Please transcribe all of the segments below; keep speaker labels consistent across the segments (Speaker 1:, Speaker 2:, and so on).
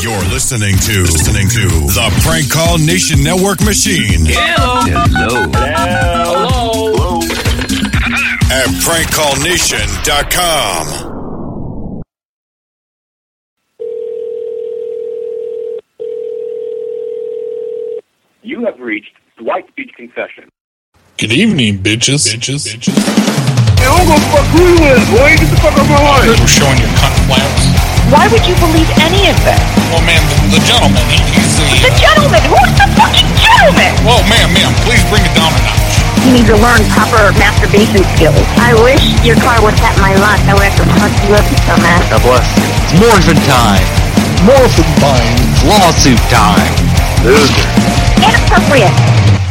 Speaker 1: You're listening to listening to the Prank Call Nation Network Machine
Speaker 2: Hello.
Speaker 1: at prankcallnation.com.
Speaker 3: You have reached Dwight Beach Confession.
Speaker 4: Good evening, bitches. Bitches. bitches. We're showing your cunt flaps.
Speaker 5: Why would you believe any of this?
Speaker 4: Well, ma'am, the, the gentleman, he, he's
Speaker 5: The
Speaker 4: the. Uh,
Speaker 5: gentleman! Who's the fucking gentleman?
Speaker 4: whoa, ma'am, ma'am, please bring it down a notch.
Speaker 5: You need to learn proper masturbation skills. I wish your car was at my lot. I would have to punch you up so much.
Speaker 6: God bless. It's morphin' time. Morphin' time. Lawsuit time.
Speaker 5: Inappropriate.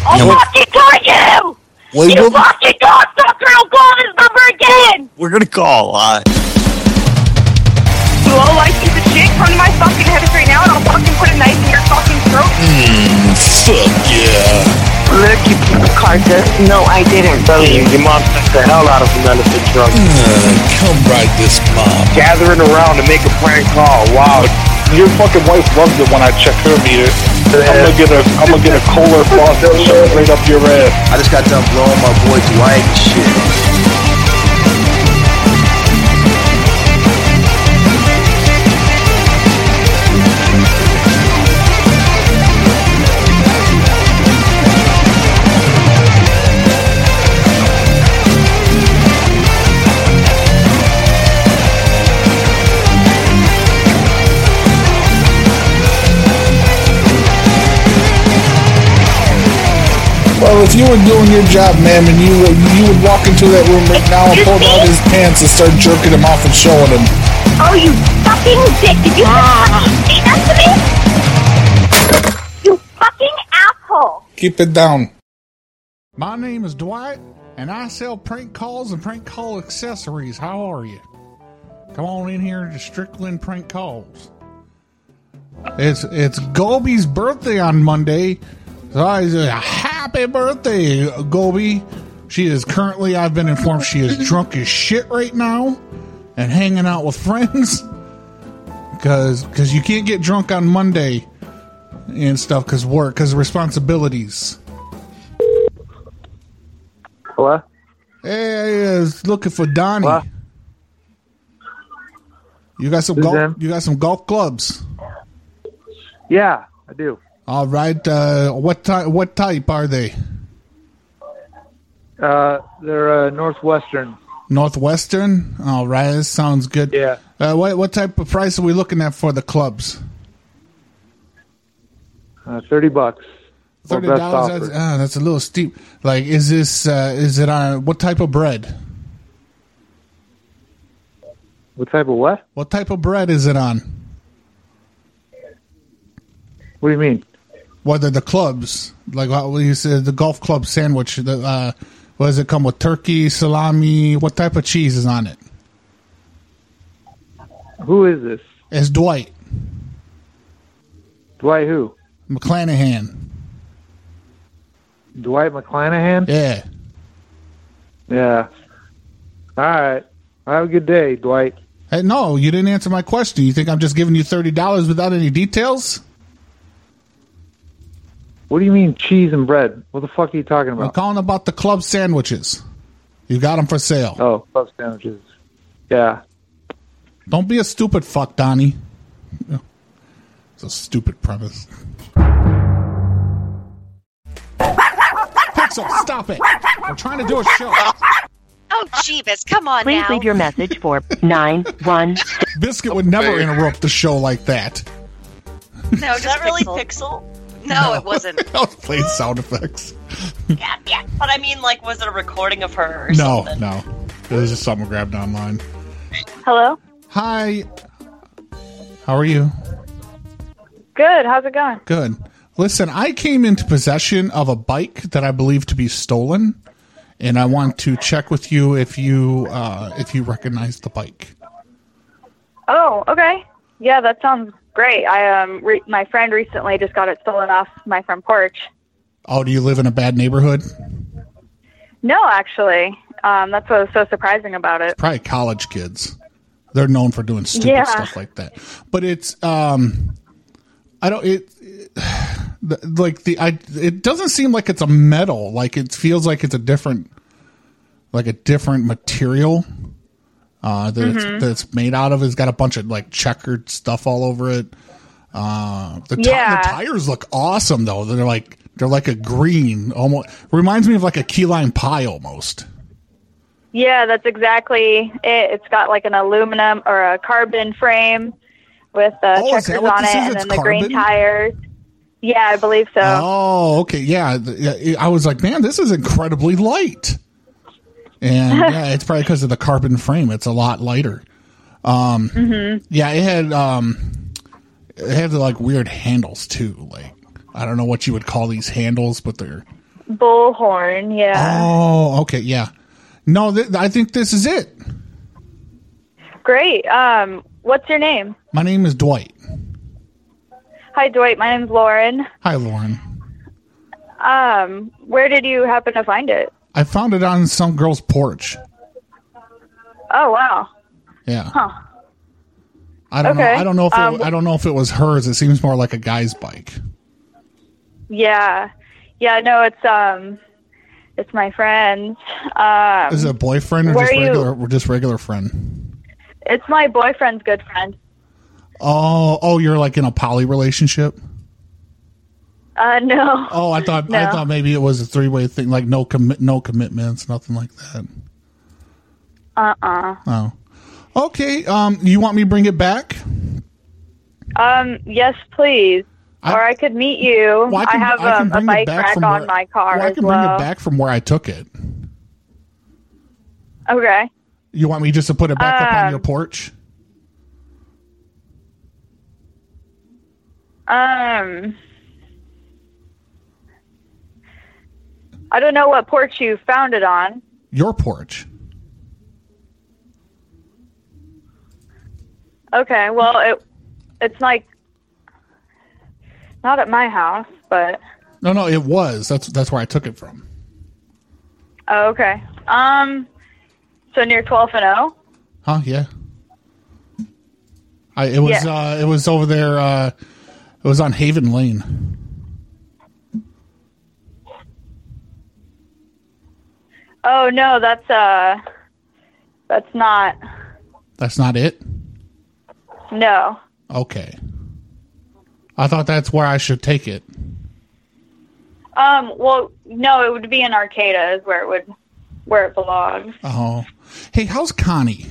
Speaker 5: I'll
Speaker 6: Yeah.
Speaker 5: fucking kill you!
Speaker 6: Wait,
Speaker 5: you
Speaker 6: what-
Speaker 5: fucking cocksucker! I'll call this number again!
Speaker 6: We're gonna call. Uh,
Speaker 5: You all like piece of shit? Come to my fucking head right now and I'll fucking put a knife in your fucking throat.
Speaker 4: Hmm, Fuck yeah.
Speaker 5: Look, you piece of carcass. No, I didn't, buddy.
Speaker 7: Your mom sucked the hell out of him out of the truck.
Speaker 4: come ride this mob.
Speaker 7: Gathering around to make a prank call. Wow.
Speaker 4: Your fucking wife loves it when I check her meter. I'm gonna get a, I'm gonna get a Kohler faucet shoved right up your ass.
Speaker 6: I just got done blowing my boy Dwight and shit.
Speaker 4: Well, if you were doing your job, ma'am, and you would, you would walk into that room right now and pull down his pants and start jerking him off and showing him.
Speaker 5: Oh, you fucking dick! Did you just fucking say that to me? You fucking asshole!
Speaker 4: Keep it down.
Speaker 8: My name is Dwight, and I sell prank calls and prank call accessories. How are you? Come on in here to Strickland Prank Calls. It's it's Goby's birthday on Monday, so I say happy birthday, Goby. She is currently, I've been informed, she is drunk as shit right now, and hanging out with friends. Cause, cause you can't get drunk on Monday and stuff, cause work, cause responsibilities.
Speaker 7: Hello?
Speaker 8: Hey, I was looking for Donnie.
Speaker 7: What?
Speaker 8: You got some
Speaker 7: Who's
Speaker 8: golf.
Speaker 7: that?
Speaker 8: You got some golf clubs.
Speaker 7: Yeah, I do.
Speaker 8: All right. Uh, what type? What type are they?
Speaker 7: Uh, they're uh, Northwestern.
Speaker 8: Northwestern. All right. That sounds good.
Speaker 7: Yeah.
Speaker 8: Uh, what what type of price are we looking at for the clubs?
Speaker 7: Uh, 30 bucks. Or
Speaker 8: Thirty
Speaker 7: best
Speaker 8: dollars.
Speaker 7: offer.
Speaker 8: That's, ah, that's a little steep. Like, is this? Uh, is it on what type of bread?
Speaker 7: What type of what?
Speaker 8: What type of bread is it on?
Speaker 7: What do you mean?
Speaker 8: Whether the clubs, like what you said, the golf club sandwich. The uh, what does it come with? Turkey, salami. What type of cheese is on it?
Speaker 7: Who is this?
Speaker 8: It's Dwight
Speaker 7: Dwight who?
Speaker 8: McClanahan.
Speaker 7: Dwight McClanahan?
Speaker 8: Yeah.
Speaker 7: Yeah. All right. Have a good day, Dwight.
Speaker 8: Hey, no, you didn't answer my question. You think I'm just giving you thirty dollars without any details?
Speaker 7: What do you mean cheese and bread? What the fuck are you talking
Speaker 8: I'm
Speaker 7: about?
Speaker 8: calling about the club sandwiches. You got them for sale.
Speaker 7: Oh, club sandwiches. Yeah.
Speaker 8: Don't be a stupid fuck, Donnie. Yeah. It's a stupid premise. Pixel, stop it! We're trying to do a show.
Speaker 9: Oh, Jeebus, come on now.
Speaker 5: your message for 911.
Speaker 8: Biscuit would never interrupt the show like that.
Speaker 9: no,
Speaker 10: Is
Speaker 9: just
Speaker 10: that really
Speaker 9: pixel.
Speaker 10: Pixel?
Speaker 9: No, it wasn't.
Speaker 8: I was playing sound effects.
Speaker 10: But I mean, like, was it a recording of her or
Speaker 8: No,
Speaker 10: something?
Speaker 8: no. It was just something grabbed online.
Speaker 11: Hello?
Speaker 8: Hi. How are you?
Speaker 11: Good. How's it going?
Speaker 8: Good. Listen, I came into possession of a bike that I believe to be stolen, and I want to check with you if you uh, if you recognize the bike.
Speaker 11: Oh, okay. Yeah, that sounds great. I um re- my friend recently just got it stolen off my front porch.
Speaker 8: Oh, do you live in a bad neighborhood?
Speaker 11: No, actually. Um that's what was so surprising about it.
Speaker 8: Probably college kids. They're known for doing stupid
Speaker 11: Yeah.
Speaker 8: stuff like that. But it's um, I don't it, it- the- like the I it doesn't seem like it's a metal. Like it feels like it's a different like a different material. Uh, that,
Speaker 11: Mhm.
Speaker 8: it's, that it's made out of it's got a bunch of like checkered stuff all over it. Uh, the, ti-
Speaker 11: Yeah.
Speaker 8: the tires look awesome though. They're like they're like a green almost reminds me of like a key lime pie almost.
Speaker 11: Yeah, that's exactly it. It's got like an aluminum or a carbon frame with uh,
Speaker 8: Oh, is that
Speaker 11: checkers
Speaker 8: what
Speaker 11: on
Speaker 8: this
Speaker 11: it
Speaker 8: is?
Speaker 11: and
Speaker 8: It's
Speaker 11: then the green
Speaker 8: carbon?
Speaker 11: tires. Yeah, I believe so.
Speaker 8: Oh, okay. Yeah. th- yeah, it- I was like, man, this is incredibly light. And yeah, it's probably because of the carbon frame. It's a lot lighter. Um,
Speaker 11: Mhm.
Speaker 8: Yeah, it had, um, it had the like weird handles too. Like, I don't know what you would call these handles, but they're.
Speaker 11: Bullhorn, yeah.
Speaker 8: Oh, okay. Yeah. No, th- I think this is it.
Speaker 11: Great. Um, what's your name?
Speaker 8: My name is Dwight.
Speaker 11: Hi, Dwight. My name's Lauren.
Speaker 8: Hi, Lauren.
Speaker 11: Um, where did you happen to find it?
Speaker 8: I found it on some girl's porch.
Speaker 11: Oh, wow.
Speaker 8: Yeah.
Speaker 11: Huh.
Speaker 8: I don't
Speaker 11: Okay.
Speaker 8: know. I don't know if it,
Speaker 11: Um,
Speaker 8: I don't know if it was hers. It seems more like a guy's bike.
Speaker 11: Yeah. Yeah, no, it's um it's my friend's. Um
Speaker 8: Is it a boyfriend or
Speaker 11: where
Speaker 8: just
Speaker 11: are you-
Speaker 8: regular or just regular friend?
Speaker 11: it's my boyfriend's good friend.
Speaker 8: Oh, oh, you're like in a poly relationship.
Speaker 11: Uh no.
Speaker 8: Oh, I thought I
Speaker 11: No.
Speaker 8: thought maybe it was a three way thing, like no commit, no commitments, nothing like that.
Speaker 11: Uh uh
Speaker 8: Oh, okay. Um, you want me to bring it back?
Speaker 11: Um yes, please. or I could meet you.
Speaker 8: Well, I
Speaker 11: I,
Speaker 8: can-
Speaker 11: have
Speaker 8: I can
Speaker 11: um,
Speaker 8: bring
Speaker 11: a
Speaker 8: it
Speaker 11: bike
Speaker 8: back
Speaker 11: rack
Speaker 8: from
Speaker 11: on
Speaker 8: where-
Speaker 11: my car
Speaker 8: Well, I
Speaker 11: as
Speaker 8: can
Speaker 11: well.
Speaker 8: bring it back from where I took it.
Speaker 11: Okay.
Speaker 8: You want me just to put it back up on your
Speaker 11: Um,
Speaker 8: porch?
Speaker 11: Um I don't know what porch you found it on.
Speaker 8: Your porch.
Speaker 11: Okay, well it it's like not at my house, but
Speaker 8: No, no, it was. That's that's where I took it from.
Speaker 11: oh, okay. Um so near twelve and oh?
Speaker 8: Huh? Yeah. I it was
Speaker 11: Yeah.
Speaker 8: uh it was over there. uh It was on Haven Lane.
Speaker 11: Oh no, that's uh that's not
Speaker 8: That's not it.
Speaker 11: no.
Speaker 8: Okay. I thought that's where I should take it.
Speaker 11: Um well no, it would be in Arcata is where it would where it belongs.
Speaker 8: Oh. Hey, how's Connie?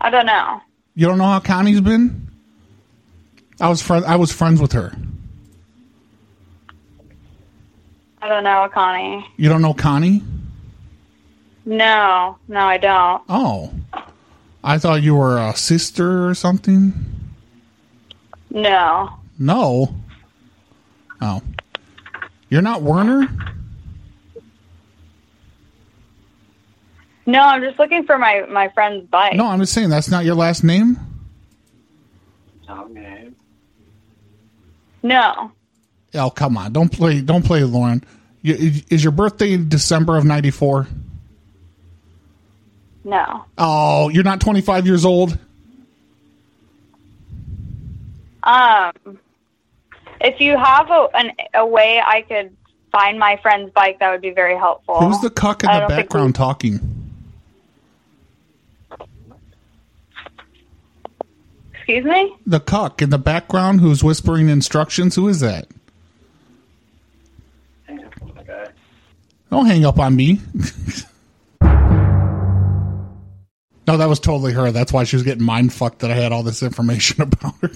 Speaker 11: I don't know.
Speaker 8: You don't know how Connie's been? I was friend I was friends with her.
Speaker 11: I don't know, Connie.
Speaker 8: You don't know Connie?
Speaker 11: No, no I don't.
Speaker 8: Oh. I thought you were a sister or something.
Speaker 11: No.
Speaker 8: No. Oh. You're not Werner?
Speaker 11: No, I'm just looking for my my friend's bike.
Speaker 8: No, I'm just saying that's not your last name?
Speaker 11: Um, No.
Speaker 8: Oh, come on. Don't play don't play Lauren. You, is your birthday in December of 94?
Speaker 11: No.
Speaker 8: Oh, you're not 25 years old?
Speaker 11: Um, if you have a an, a way I could find my friend's bike, that would be very helpful.
Speaker 8: Who's the cuck in
Speaker 11: Oh, I
Speaker 8: the
Speaker 11: don't think
Speaker 8: background talking?
Speaker 11: Excuse me.
Speaker 8: The cuck in the background who's whispering instructions? Who is that? Don't hang up on me. no, that was totally her. That's why she was getting mind fucked that I had all this information about her.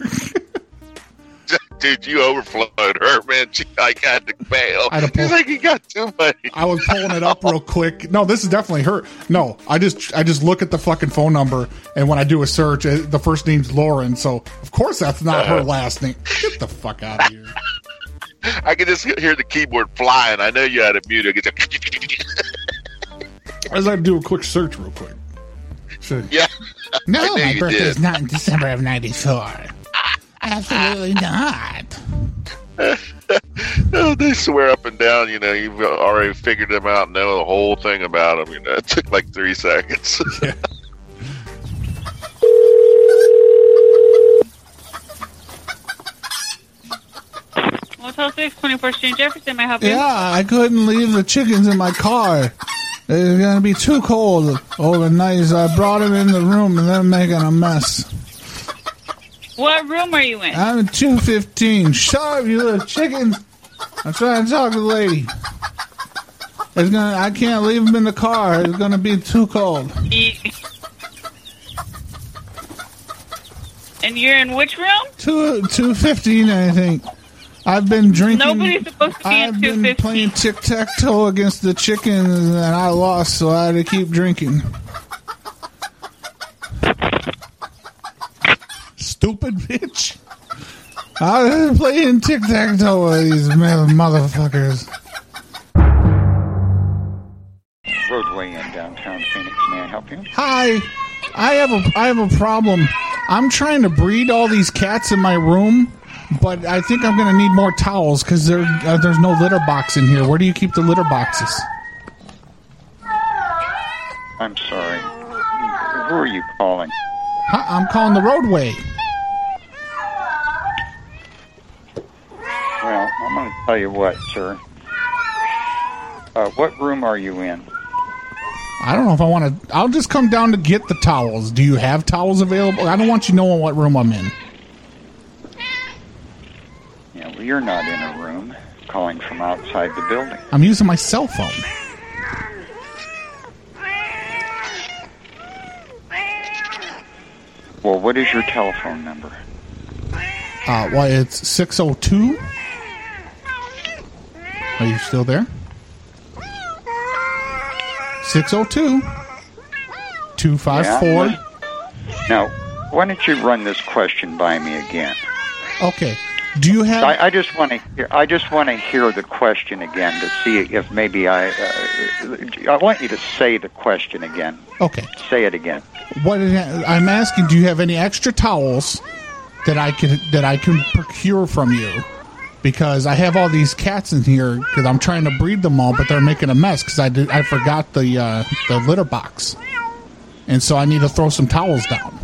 Speaker 2: Dude, you overflowed her, man. She, I got the bail.
Speaker 8: I had to pull-
Speaker 2: He's like, you got too much.
Speaker 8: I was pulling it up real quick. No, this is definitely her. No, I just I just look at the fucking phone number, and when I do a search, uh, the first name's Lauren. So of course that's not her
Speaker 2: Uh-huh.
Speaker 8: last name. Get the fuck out of here.
Speaker 2: I could just hear the keyboard flying. I know you had it muted. It's like,
Speaker 8: As I do a quick search real quick. So-
Speaker 2: yeah. I
Speaker 8: No,
Speaker 2: knew
Speaker 8: my
Speaker 2: you
Speaker 8: birthday
Speaker 2: did.
Speaker 8: is not in December of '94. Absolutely not.
Speaker 2: Oh, they swear up and down, you know, you've already figured them out, know the whole thing about them. You know, it took like three seconds.
Speaker 12: 6, 21st Street, Jefferson. May I help you?
Speaker 8: Yeah, I couldn't leave the chickens in my car. It's gonna be too cold overnight, so I brought them in the room and they're making a mess.
Speaker 12: What room are you in?
Speaker 8: I'm at 215. Shut up, you little chickens! I'm trying to talk to the lady. It's gonna. I can't leave them in the car. It's gonna be too cold.
Speaker 12: You- And you're in which room?
Speaker 8: Two two fifteen, I think. I've been drinking.
Speaker 12: Nobody's supposed to be in
Speaker 8: I've been playing tic tac toe against the chickens, and I lost, so I had to keep drinking. Stupid bitch! I was playing tic tac toe with these mother- motherfuckers.
Speaker 13: Roadway in downtown Phoenix. May I help you?
Speaker 8: Hi, I have a I have a problem. I'm trying to breed all these cats in my room, but I think I'm gonna need more towels because there uh, there's no litter box in here. Where do you keep the litter boxes?
Speaker 13: I'm sorry. Who are you calling?
Speaker 8: Huh, I'm calling the roadway.
Speaker 13: Well, I'm going to tell you what, sir. Uh, what room are you in?
Speaker 8: I don't know if I want to. I'll just come down to get the towels. Do you have towels available? I don't want you knowing what room I'm in.
Speaker 13: Yeah, well, you're not in a room. Calling from outside the building.
Speaker 8: I'm using my cell phone.
Speaker 13: Well, what is your telephone number?
Speaker 8: Uh, why it's six oh two. Are you still there? 602 254
Speaker 13: Yeah, Now, why don't you run this question by me again?
Speaker 8: Okay. Do you have
Speaker 13: I, I just want to hear. I just want to hear the question again to see if maybe I. Uh, I want you to say the question again.
Speaker 8: Okay.
Speaker 13: Say it again.
Speaker 8: What is that- I'm asking, do you have any extra towels that I can that I can procure from you? Because I have all these cats in here because I'm trying to breed them all, but they're making a mess because I did I forgot the uh, the litter box, and so I need to throw some towels down.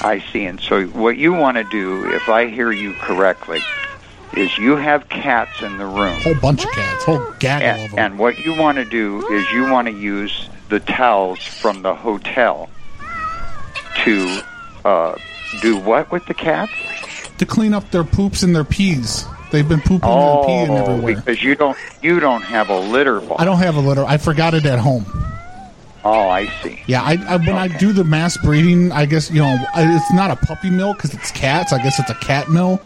Speaker 13: I see. And so, what you want to do, if I hear you correctly, is you have cats in the room.
Speaker 8: Whole bunch of cats, whole gaggle of
Speaker 13: And, and what you want to do is you want to use the towels from the hotel to uh, do what with the cats?
Speaker 8: to clean up their poops and their pees. They've been pooping and peeing
Speaker 13: Oh,
Speaker 8: everywhere.
Speaker 13: because you don't you don't have a litter box.
Speaker 8: I don't have a litter. I forgot it at home.
Speaker 13: Oh, I see.
Speaker 8: Yeah, I, I when I do the mass breeding, I guess you know I, it's not a puppy mill because it's cats. I guess it's a cat mill.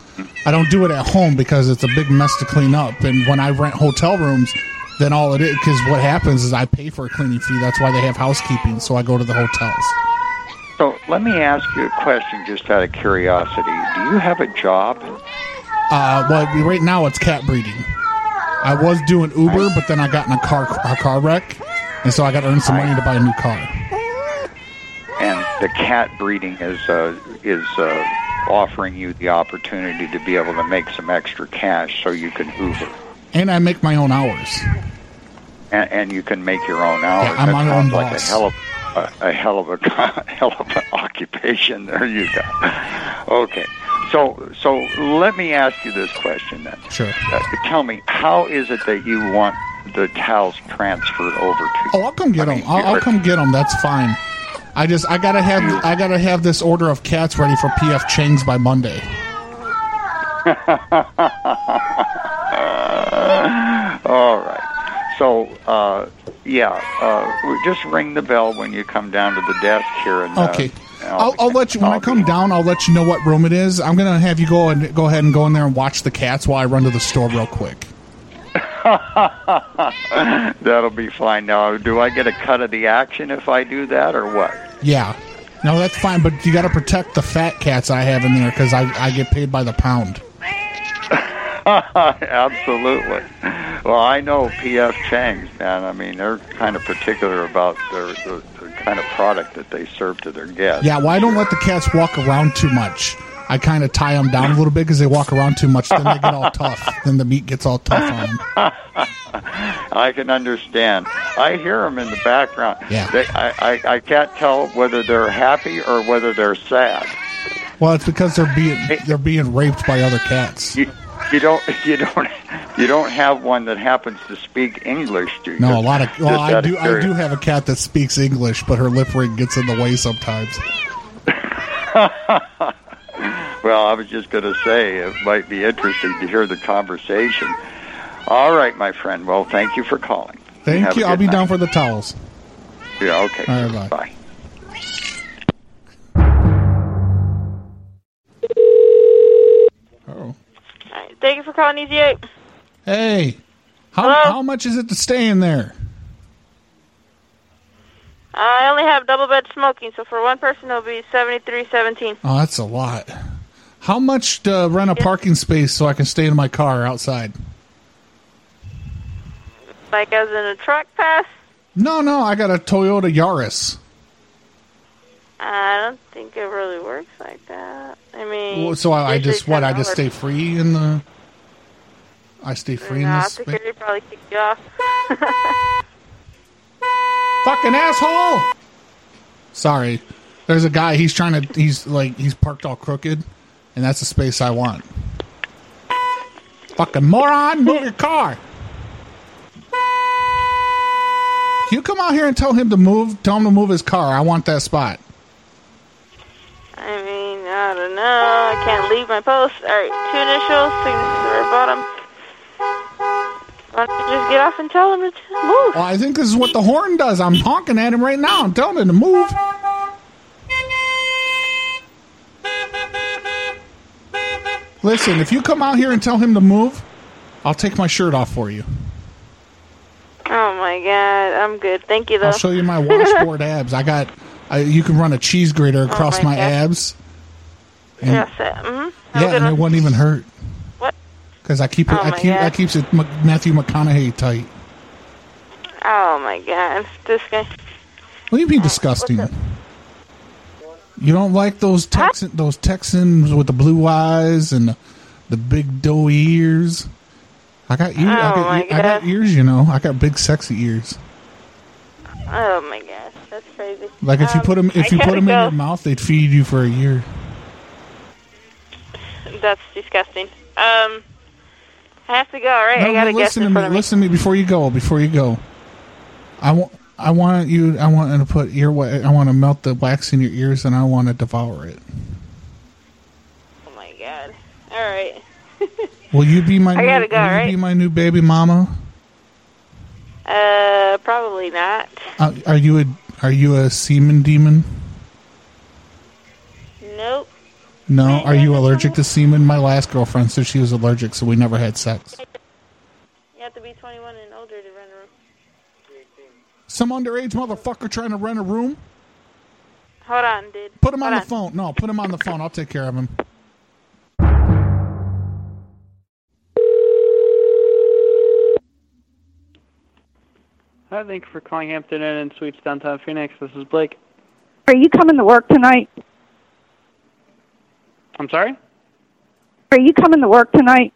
Speaker 8: I don't do it at home because it's a big mess to clean up. And when I rent hotel rooms, then all it is because what happens is I pay for a cleaning fee. That's why they have housekeeping. So I go to the hotels.
Speaker 13: So let me ask you a question just out of curiosity. Do you have a job?
Speaker 8: Uh, well, right now it's cat breeding. I was doing Uber, but then I got in a car a car wreck, and so I got to earn some money to buy a new car.
Speaker 13: And the cat breeding is uh, is uh, offering you the opportunity to be able to make some extra cash so you can Uber
Speaker 8: And I make my own hours.
Speaker 13: and, and you can make your own hours.
Speaker 8: I'm
Speaker 13: that
Speaker 8: my own
Speaker 13: sounds like
Speaker 8: boss.
Speaker 13: a hell of a, a hell of a co- hell of an occupation. There you go. Okay. So so let me ask you this question then.
Speaker 8: Sure.
Speaker 13: Uh, tell me, how is it that you want the towels transferred over to?
Speaker 8: Oh, I'll come get them. I'll, I'll come get them. That's fine. I just I gotta have I gotta have this order of cats ready for PF Chang's by Monday.
Speaker 13: All right. So, uh, yeah, uh, we- just ring the bell when you come down to the desk here. And, uh,
Speaker 8: Okay.
Speaker 13: I'll-
Speaker 8: I'll, I'll let you when I come down. I'll let you know what room it is. I'm gonna have you go and go ahead and go in there and watch the cats while I run to the store real quick.
Speaker 13: that'll be fine. Now, do I get a cut of the action if I do that, or what?
Speaker 8: Yeah. No, that's fine, but you gotta protect the fat cats I have in there because I I get paid by the pound.
Speaker 13: Absolutely. Well, I know P.F. Chang's, man. I mean, they're kind of particular about their, the the kind of product that they serve to their guests.
Speaker 8: Yeah, well, I don't let the cats walk around too much. I kind of tie them down a little bit because they walk around too much. Then they get all tough. Then the meat gets all tough on them.
Speaker 13: I can understand. I hear them in the background.
Speaker 8: Yeah.
Speaker 13: They, I, I, I can't tell whether they're happy or whether they're sad.
Speaker 8: Well, it's because they're being they're being raped by other cats.
Speaker 13: You, you don't you don't you don't have one that happens to speak English, do you?
Speaker 8: No, a lot of well,
Speaker 13: Just
Speaker 8: I
Speaker 13: out of
Speaker 8: do I do
Speaker 13: curiosity.
Speaker 8: have a cat that speaks English, but her lip ring gets in the way sometimes.
Speaker 13: Well, I was just going to say it might be interesting to hear the conversation. All right, my friend. Well, thank you for calling.
Speaker 8: Thank
Speaker 13: Have a
Speaker 8: you. I'll
Speaker 13: good
Speaker 8: be
Speaker 13: night.
Speaker 8: down for the towels.
Speaker 13: Yeah. Okay.
Speaker 8: All right, bye.
Speaker 13: bye.
Speaker 8: Oh.
Speaker 9: Thank you for calling E Easy 8.
Speaker 8: Hey, how how much is it to stay in there?
Speaker 9: I only have double bed smoking, so for one person it'll be seventy-three seventeen.
Speaker 8: Oh, that's a lot. How much to rent a parking space so I can stay in my car outside?
Speaker 9: Like as in a truck pass?
Speaker 8: No, no, I got a Toyota Yaris.
Speaker 9: I don't think it really works like that. I mean,
Speaker 8: Well, So I, I just
Speaker 9: usually
Speaker 8: what? I just
Speaker 9: $10.
Speaker 8: stay free in the. I stay free in
Speaker 9: Nah,
Speaker 8: this. space?
Speaker 9: security probably kick you off.
Speaker 8: Fucking asshole! Sorry, there's a guy. He's trying to. He's like he's parked all crooked, and that's the space I want. Fucking moron! Move your car. Can you come out here and tell him to move? Tell him to move his car. I want that spot.
Speaker 9: I mean, I don't know. I can't leave my post. All right, two initials, signature at the bottom. Why don't you just get off and tell him to t- move?
Speaker 8: Well, I think this is what the horn does. I'm honking at him right now. I'm telling him to move. Listen, if you come out here and tell him to move, I'll take my shirt off for you.
Speaker 9: Oh my god, I'm good. Thank you though.
Speaker 8: I'll show you my washboard abs. I got. I, you can run a cheese grater across
Speaker 9: Oh my
Speaker 8: my,
Speaker 9: God.
Speaker 8: abs. And-
Speaker 9: Yes, mm-hmm.
Speaker 8: yeah, and it wouldn't even hurt.
Speaker 9: What?
Speaker 8: Because I keep it.
Speaker 9: Oh
Speaker 8: I
Speaker 9: my
Speaker 8: keep. I
Speaker 9: God.
Speaker 8: keeps it Mc- Matthew McConaughey tight.
Speaker 9: Oh my god, this guy.
Speaker 8: What do you mean disgusting? You don't like those Texan those Texans with the blue eyes and the, the big doughy ears. I got ears. I,
Speaker 9: Oh,
Speaker 8: got,
Speaker 9: my
Speaker 8: ear- I got
Speaker 9: God.
Speaker 8: ears. You know, I got big sexy ears.
Speaker 9: Oh my gosh, that's crazy.
Speaker 8: Like if you
Speaker 9: Um,
Speaker 8: put them,
Speaker 9: I
Speaker 8: if you put
Speaker 9: gotta
Speaker 8: them in your
Speaker 9: go.
Speaker 8: mouth, they'd feed you for a year.
Speaker 9: That's disgusting. Um, I have to go. All right, I gotta guess
Speaker 8: listen
Speaker 9: in
Speaker 8: to me.
Speaker 9: front of me.
Speaker 8: Listen to me before you go. Before you go, I want. I want you. I want to put ear. wa- I want to melt the wax in your ears, and I want to devour it.
Speaker 9: Oh my god. All right.
Speaker 8: Will you be my?
Speaker 9: I gotta
Speaker 8: new,
Speaker 9: go,
Speaker 8: Will you
Speaker 9: right?
Speaker 8: be my new baby mama?
Speaker 9: Uh, probably not.
Speaker 8: Uh, are you a are you a semen demon?
Speaker 9: Nope.
Speaker 8: No. Are you allergic to semen? My last girlfriend said she was allergic, so we never had sex.
Speaker 9: You have to be 21 and older to run a room.
Speaker 8: Some underage motherfucker trying to rent a room.
Speaker 9: Hold on, dude.
Speaker 8: Put him on
Speaker 9: Hold
Speaker 8: the phone. No, put him on the phone. I'll take care of him.
Speaker 14: Hi, thank you for calling Hampton Inn and Suites downtown Phoenix. This is Blake.
Speaker 8: Oh.
Speaker 4: Are you coming to work tonight?
Speaker 14: I'm sorry?
Speaker 4: Are you coming to work tonight?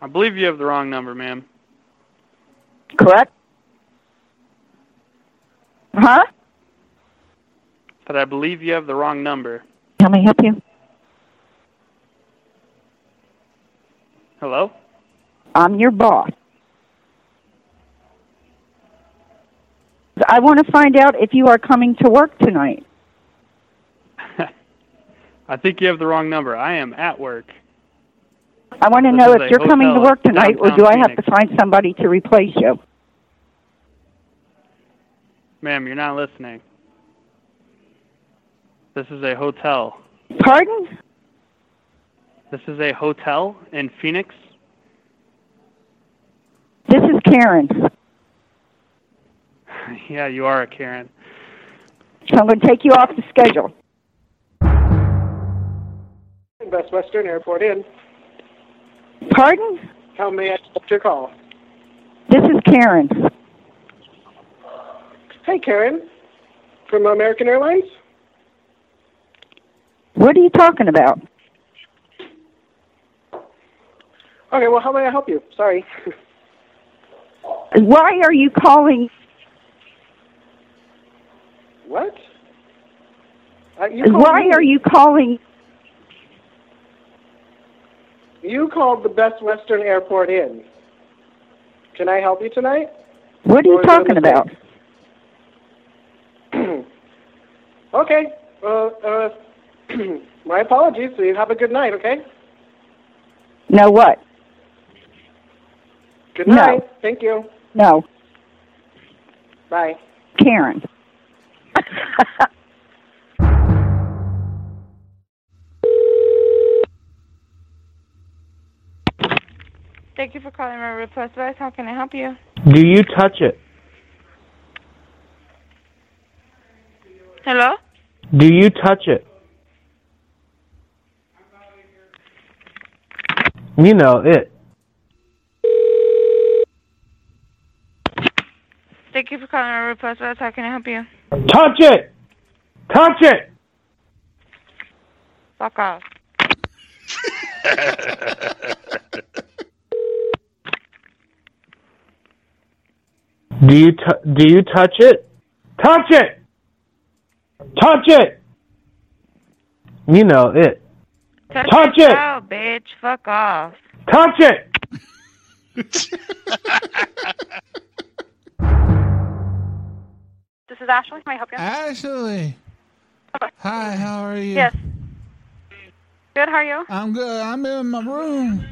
Speaker 14: I believe you have the wrong number, ma'am.
Speaker 4: Correct. Huh?
Speaker 14: But I believe you have the wrong number.
Speaker 4: Can I help you?
Speaker 14: Hello?
Speaker 4: I'm your boss. I want to find out if you are coming to work tonight.
Speaker 14: I think you have the wrong number. I am at work.
Speaker 4: I want to
Speaker 14: This
Speaker 4: know
Speaker 14: is a
Speaker 4: if you're coming to
Speaker 14: hotel
Speaker 4: work tonight, or
Speaker 14: downtown
Speaker 4: do I have to
Speaker 14: Phoenix.
Speaker 4: find somebody to replace you?
Speaker 14: Ma'am, you're not listening. This is a hotel.
Speaker 4: Pardon?
Speaker 14: This is a hotel in Phoenix.
Speaker 4: This is Karen.
Speaker 14: yeah, you are a Karen.
Speaker 4: So I'm going to take you off the schedule.
Speaker 15: Best Western Airport Inn.
Speaker 4: Pardon?
Speaker 15: How may I help your call?
Speaker 4: This is Karen.
Speaker 15: Hey, Karen, from American Airlines.
Speaker 4: What are you talking about?
Speaker 15: Okay, well, how may I help you? Sorry.
Speaker 4: Why are you calling
Speaker 15: what? Uh, you called
Speaker 16: Why
Speaker 15: me.
Speaker 16: are you calling?
Speaker 15: You called the Best Western Airport Inn. Can I help you tonight?
Speaker 16: What are you
Speaker 15: Or is it a
Speaker 16: talking about?
Speaker 15: okay. Uh, uh, my apologies. So you have a good night. Okay.
Speaker 16: No, what?
Speaker 15: Good
Speaker 16: No.
Speaker 15: night. Thank you.
Speaker 16: No,
Speaker 15: Bye.
Speaker 16: Karen.
Speaker 4: Thank you for calling my request device. How can I help you?
Speaker 17: Do you touch it?
Speaker 4: Hello?
Speaker 17: Do you touch it? You know it.
Speaker 4: Thank you for calling my request device. How can I help you?
Speaker 17: Touch it! Touch it!
Speaker 4: Fuck off.
Speaker 17: Do you t- do you touch it? Touch it! Touch it! You know it.
Speaker 4: Touch,
Speaker 17: Touch
Speaker 4: your
Speaker 17: it!
Speaker 4: cow, bitch. Fuck off.
Speaker 17: Touch it!
Speaker 18: This is Ashley. May I help you?
Speaker 8: Ashley. Hi, how are you?
Speaker 18: Yes. Good. How are you?
Speaker 8: I'm good. I'm in my room.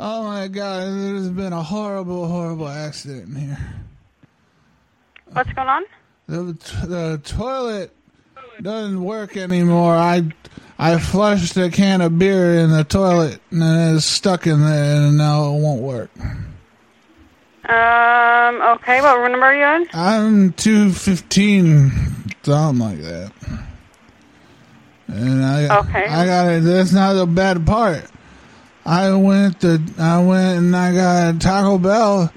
Speaker 8: Oh my god, there's been a horrible, horrible accident here.
Speaker 18: What's going on?
Speaker 8: The, the toilet doesn't work anymore. I I flushed a can of beer in the toilet and it's stuck in there and now it won't work.
Speaker 18: Um. Okay. What room number are you in?
Speaker 8: I'm 215, something like that. And I,
Speaker 18: Okay.
Speaker 8: I got it. That's not the bad part. I went to, I went and I got Taco Bell,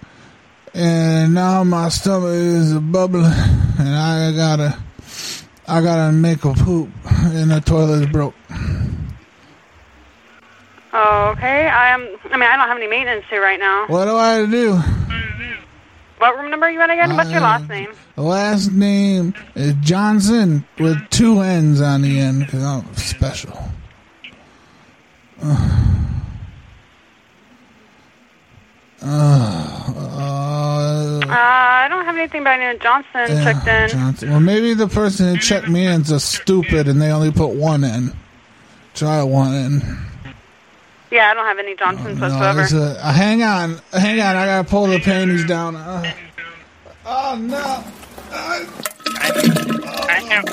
Speaker 8: and now my stomach is bubbling, and I gotta, I gotta make a poop, and the toilet's broke.
Speaker 18: Oh, okay. I'm. I mean, I don't have any maintenance here right now.
Speaker 8: What do I do?
Speaker 18: What room number are you in again? What's your last name?
Speaker 8: The last name is Johnson with two N's on the end because I'm special. Uh, uh,
Speaker 18: Uh, I don't have anything by name Johnson
Speaker 8: yeah,
Speaker 18: checked in.
Speaker 8: Johnson. Well, maybe the person who checked me in is a stupid and they only put one in. Try one in.
Speaker 18: Yeah, I don't have any Johnsons
Speaker 8: No,
Speaker 18: whatsoever.
Speaker 8: it's a, uh, hang on, hang on. I gotta pull the panties down. Uh, Oh no!
Speaker 14: I have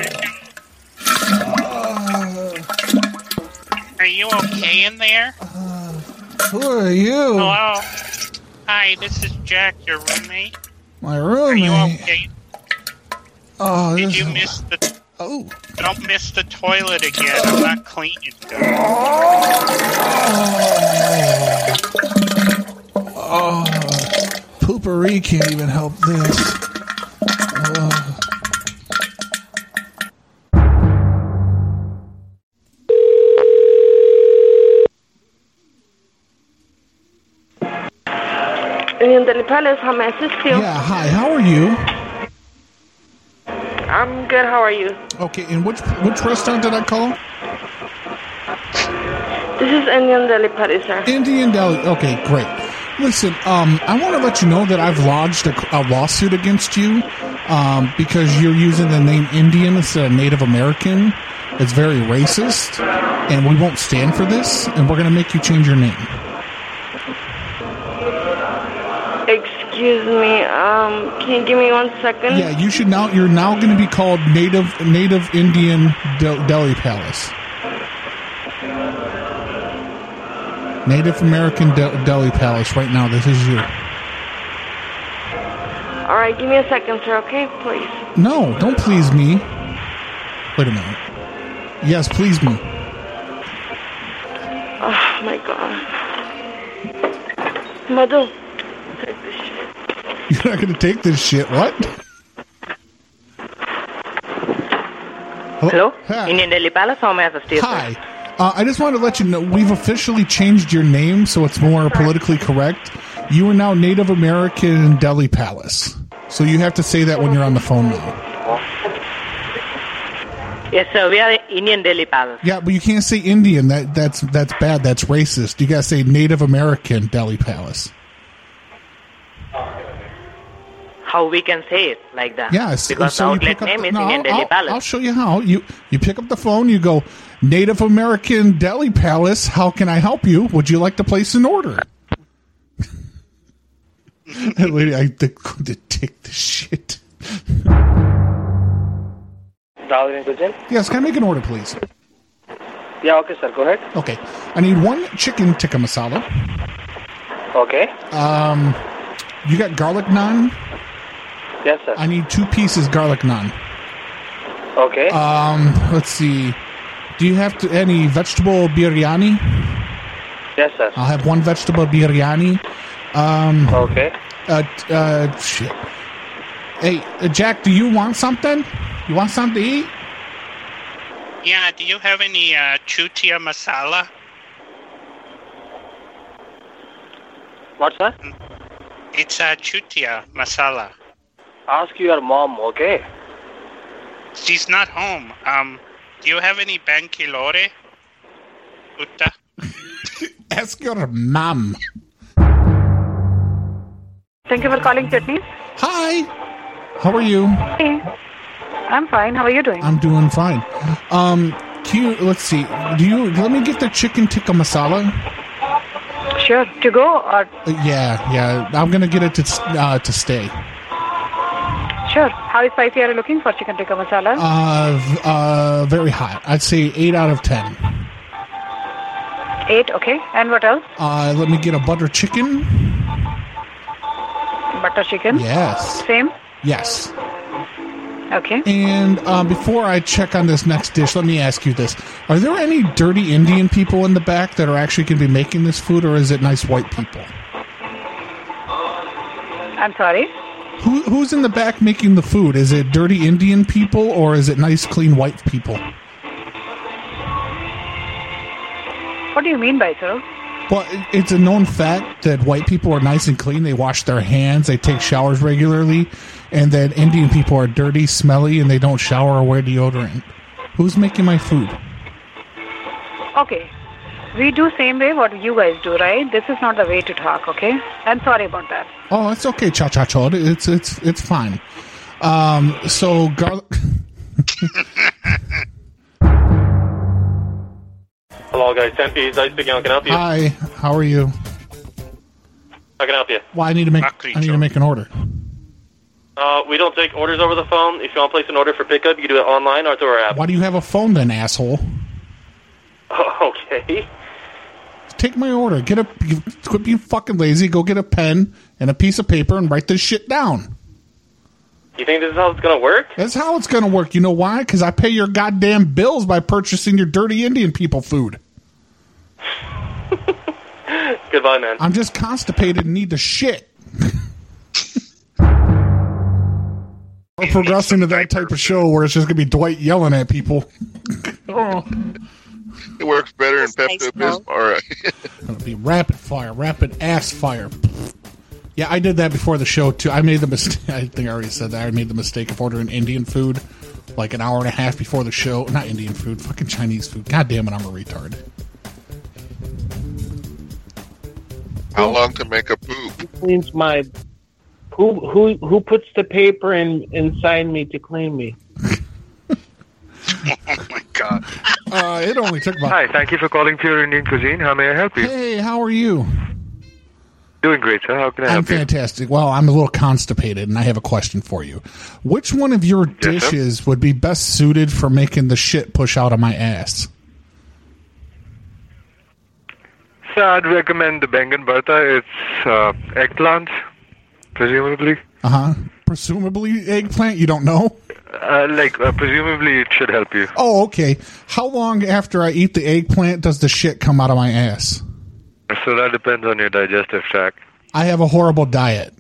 Speaker 8: Oh.
Speaker 14: Are you okay in there?
Speaker 8: who are you?
Speaker 14: Hello. Hi, this is Jack, your roommate.
Speaker 8: My
Speaker 14: Are you
Speaker 8: roommate.
Speaker 14: okay?
Speaker 8: Oh,
Speaker 14: Did
Speaker 8: this
Speaker 14: you
Speaker 8: is-
Speaker 14: miss the?
Speaker 8: Oh.
Speaker 14: Don't miss the toilet again. I'm not cleaning.
Speaker 8: Oh, poopery can't even help this. Oh.
Speaker 4: Union Deli Palace. How may I assist you?
Speaker 8: Yeah, hi. How are you?
Speaker 4: I'm good. How are you?
Speaker 8: Okay, and which which restaurant did I call?
Speaker 4: This is Indian Deli Palace, sir.
Speaker 8: Indian Deli. Okay, great. Listen, um, I want to let you know that I've lodged a, a lawsuit against you um, because you're using the name Indian instead of Native American. It's very racist, and we won't stand for this. And we're going to make you change your name.
Speaker 4: Excuse me. Um, can you give me one second?
Speaker 8: Yeah, you should now. You're now going to be called Native Native Indian Del- Deli Palace. Native American Del- Deli Palace. Right now, this is you.
Speaker 4: All right. Give me a second, sir. Okay, please.
Speaker 8: No, don't please me. Wait a minute. Yes, please me.
Speaker 4: Oh my God. Mother.
Speaker 8: You're not going to take this shit. What?
Speaker 5: Hello? Indian Delhi Palace, how may I assist you?
Speaker 8: Hi. Uh, I just wanted to let you know we've officially changed your name so it's more politically correct. You are now Native American Deli Palace. So you have to say that when you're on the phone now.
Speaker 14: It's Soviet Indian Delhi Palace.
Speaker 8: Yeah, but you can't say Indian. That that's that's bad. That's racist. You gotta say Native American Delhi Palace.
Speaker 14: How we can say it like that?
Speaker 8: Yeah, it's-
Speaker 14: because
Speaker 8: so
Speaker 14: the
Speaker 8: you
Speaker 14: outlet
Speaker 8: pick up
Speaker 14: name
Speaker 8: the-
Speaker 14: is
Speaker 8: no,
Speaker 14: Indian
Speaker 8: I'll,
Speaker 14: Delhi
Speaker 8: I'll-
Speaker 14: Palace.
Speaker 8: I'll show you how. You you pick up the phone. You go Native American Delhi Palace. How can I help you? Would you like to place an order? that lady, I think, to take the shit.
Speaker 1: Dollar and Gujin?
Speaker 8: Yes, can I make an order, please?
Speaker 1: Yeah, okay, sir. Go ahead.
Speaker 8: Okay, I need one chicken tikka masala.
Speaker 1: Okay.
Speaker 8: Um, you got garlic naan.
Speaker 1: Yes, sir.
Speaker 8: I need two pieces garlic naan.
Speaker 1: Okay.
Speaker 8: Um, let's see. Do you have to, any vegetable biryani?
Speaker 1: yes, sir.
Speaker 8: I'll have one vegetable biryani. Um,
Speaker 1: Okay.
Speaker 8: Uh, t- uh, shit. Hey, uh, Jack, do you want something? You want something to eat?
Speaker 19: Yeah, do you have any uh, chutia masala?
Speaker 1: What, sir?
Speaker 19: It's uh, chutia masala.
Speaker 1: Ask your mom, okay?
Speaker 19: She's not home. Um, do you have any banquilore? Uta?
Speaker 8: Ask your mom.
Speaker 20: Thank you for calling Chutneys.
Speaker 8: Hi. How are you?
Speaker 20: Hey. I'm fine. How are you doing?
Speaker 8: I'm doing fine. Um, can you, let's see. Do you, let me get the chicken tikka masala.
Speaker 20: Sure. To go or
Speaker 8: Uh, yeah, yeah. I'm going to get it to, s- uh, to stay.
Speaker 20: sure. How spicy are you looking for chicken tikka masala?
Speaker 8: Uh, v- uh, very hot. I'd say eight out of ten.
Speaker 20: Eight. Okay. And what else?
Speaker 8: Uh, let me get a butter chicken.
Speaker 20: Butter chicken.
Speaker 8: Yes.
Speaker 20: Same.
Speaker 8: Yes.
Speaker 20: Okay.
Speaker 8: And um, before I check on this next dish, let me ask you this: Are there any dirty Indian people in the back that are actually going to be making this food, or is it nice white people?
Speaker 20: I'm sorry.
Speaker 8: Who, who's in the back making the food? Is it dirty Indian people, or is it nice, clean white people?
Speaker 20: What do you mean by so?
Speaker 8: Well, it- it's a known fact that white people are nice and clean. They wash their hands, they take showers regularly, and that Indian people are dirty, smelly, and they don't shower or wear deodorant. Who's making my food?
Speaker 20: Okay. We do same way what you guys do, right? This is not the way to talk. Okay. I'm sorry about that.
Speaker 8: Oh, it's okay, cha cha cha. It's it's it's fine. Um, so garlic.
Speaker 21: Hello, guys. 10 P's. I speaking. How can I help you?
Speaker 8: Hi, how are you?
Speaker 21: How can I help you?
Speaker 8: Well, I need to make I need to make an order.
Speaker 21: Uh, we don't take orders over the phone. If you want to place an order for pickup, you can do it online or through our app.
Speaker 8: Why do you have a phone then, asshole?
Speaker 21: okay.
Speaker 8: Take my order. Get a quit being fucking lazy. Go get a pen and a piece of paper and write this shit down.
Speaker 21: You think this is how it's going to work?
Speaker 8: That's how it's going to work. You know why? Because I pay your goddamn bills by purchasing your dirty Indian people food.
Speaker 21: Goodbye, man.
Speaker 8: I'm just constipated and need to shit. We're progressing to that type of show where it's just going to be Dwight yelling at people.
Speaker 2: It works better in Pepto Bismol.
Speaker 8: It'll be rapid fire, rapid ass fire. Yeah, I did that before the show too. I made the mistake. I think I already said that. I made the mistake of ordering Indian food like an hour and a half before the show. Not Indian food, fucking Chinese food. God damn it, I'm a retard.
Speaker 2: How long to make a poop?
Speaker 22: Cleans my. Who who who puts the paper in inside me to clean me?
Speaker 17: God.
Speaker 8: Uh, it only took about.
Speaker 17: Hi, thank you for calling Pure Indian Cuisine. How may I help you?
Speaker 8: Hey, how are you?
Speaker 17: Doing great, sir. How can I
Speaker 8: I'm
Speaker 17: help you?
Speaker 8: fantastic. Well, I'm a little constipated, and I have a question for you. Which one of your dishes would be best suited for making the shit push out of my ass?
Speaker 17: Sir, I'd recommend the Bengan Bharta. It's uh, eggplant, presumably.
Speaker 8: Uh huh. Presumably eggplant. You don't know.
Speaker 17: Uh, like, uh, presumably it should help you.
Speaker 8: Oh, okay. How long after I eat the eggplant does the shit come out of my ass? Oh.
Speaker 17: So that depends on your digestive tract.
Speaker 8: I have a horrible diet.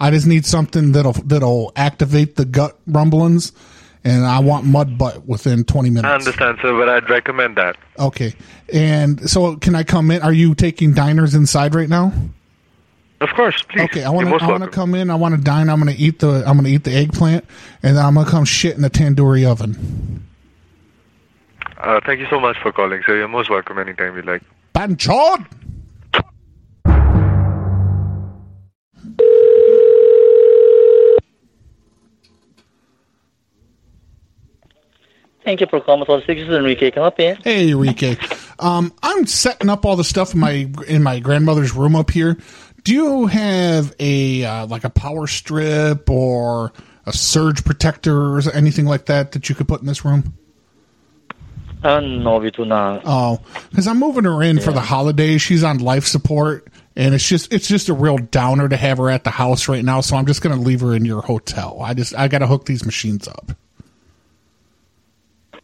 Speaker 8: I just need something that'll that'll activate the gut rumblings, and I want mud butt within 20 minutes.
Speaker 17: I understand, sir, but I'd recommend that.
Speaker 8: Okay. And so, can I come in? Are you taking diners inside right now?
Speaker 17: Of course, please.
Speaker 8: Okay, I want
Speaker 17: You're most
Speaker 8: to. I want to
Speaker 17: welcome.
Speaker 8: come in. I want to dine. I'm going to eat the. I'm going to eat the eggplant, and then I'm going to come shit in the tandoori oven.
Speaker 17: Uh, thank you so much for calling, sir. You're most welcome anytime you like.
Speaker 8: Banchod!
Speaker 3: Thank you for calling Motel Six. This is Enrique. Come up here.
Speaker 8: Hey, Enrique. Um, I'm setting up all the stuff in my in my grandmother's room up here. Do you have a uh, like a power strip or a surge protector or anything like that that you could put in this room?
Speaker 3: Uh, no, we do not.
Speaker 8: Oh, because I'm moving her in for the holidays. She's on life support, and it's just it's just a real downer to have her at the house right now. So I'm just going to leave her in your hotel. I just I got to hook these machines up.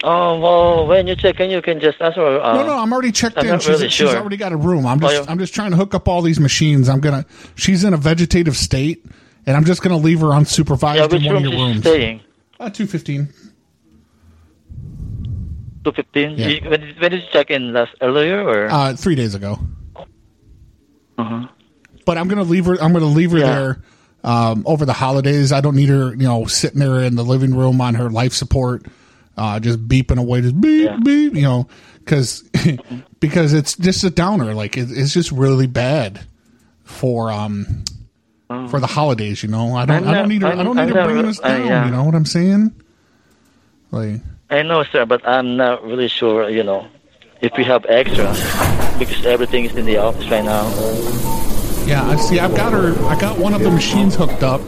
Speaker 3: Oh well, when you check in, you can just ask her. Uh,
Speaker 8: no, no, I'm already checked
Speaker 3: I'm
Speaker 8: in.
Speaker 3: Not
Speaker 8: She's,
Speaker 3: really
Speaker 8: she's
Speaker 3: sure.
Speaker 8: already got a room. I'm
Speaker 3: Oh,
Speaker 8: just I'm just trying to hook up all these machines. I'm gonna. She's in a vegetative state, and I'm just gonna leave her unsupervised
Speaker 3: yeah, which
Speaker 8: in one
Speaker 3: room
Speaker 8: of your
Speaker 3: is she
Speaker 8: rooms.
Speaker 3: staying?
Speaker 8: Uh, two fifteen.
Speaker 3: Two fifteen.
Speaker 8: Yeah.
Speaker 3: You- When, when did you check in last earlier or?
Speaker 8: Uh, three days ago.
Speaker 3: Uh-huh.
Speaker 8: But I'm gonna leave her. I'm gonna leave her there um, over the holidays. I don't need her, you know, sitting there in the living room on her life support, uh, just beeping away, just beep beep, you know, because because it's just a downer. Like it, it's just really bad for um for the holidays. You know, I don't
Speaker 3: I'm
Speaker 8: I don't
Speaker 3: not-
Speaker 8: need her. I
Speaker 3: I'm-
Speaker 8: don't
Speaker 3: I'm
Speaker 8: need her
Speaker 3: not-
Speaker 8: bringing us
Speaker 3: I-
Speaker 8: down.
Speaker 3: yeah.
Speaker 8: You know what I'm saying? Like
Speaker 3: I know, sir, but I'm not really sure. You know, if we have extra, because everything is in the office right now.
Speaker 8: yeah, I see. I've got her. I got one of the machines hooked up.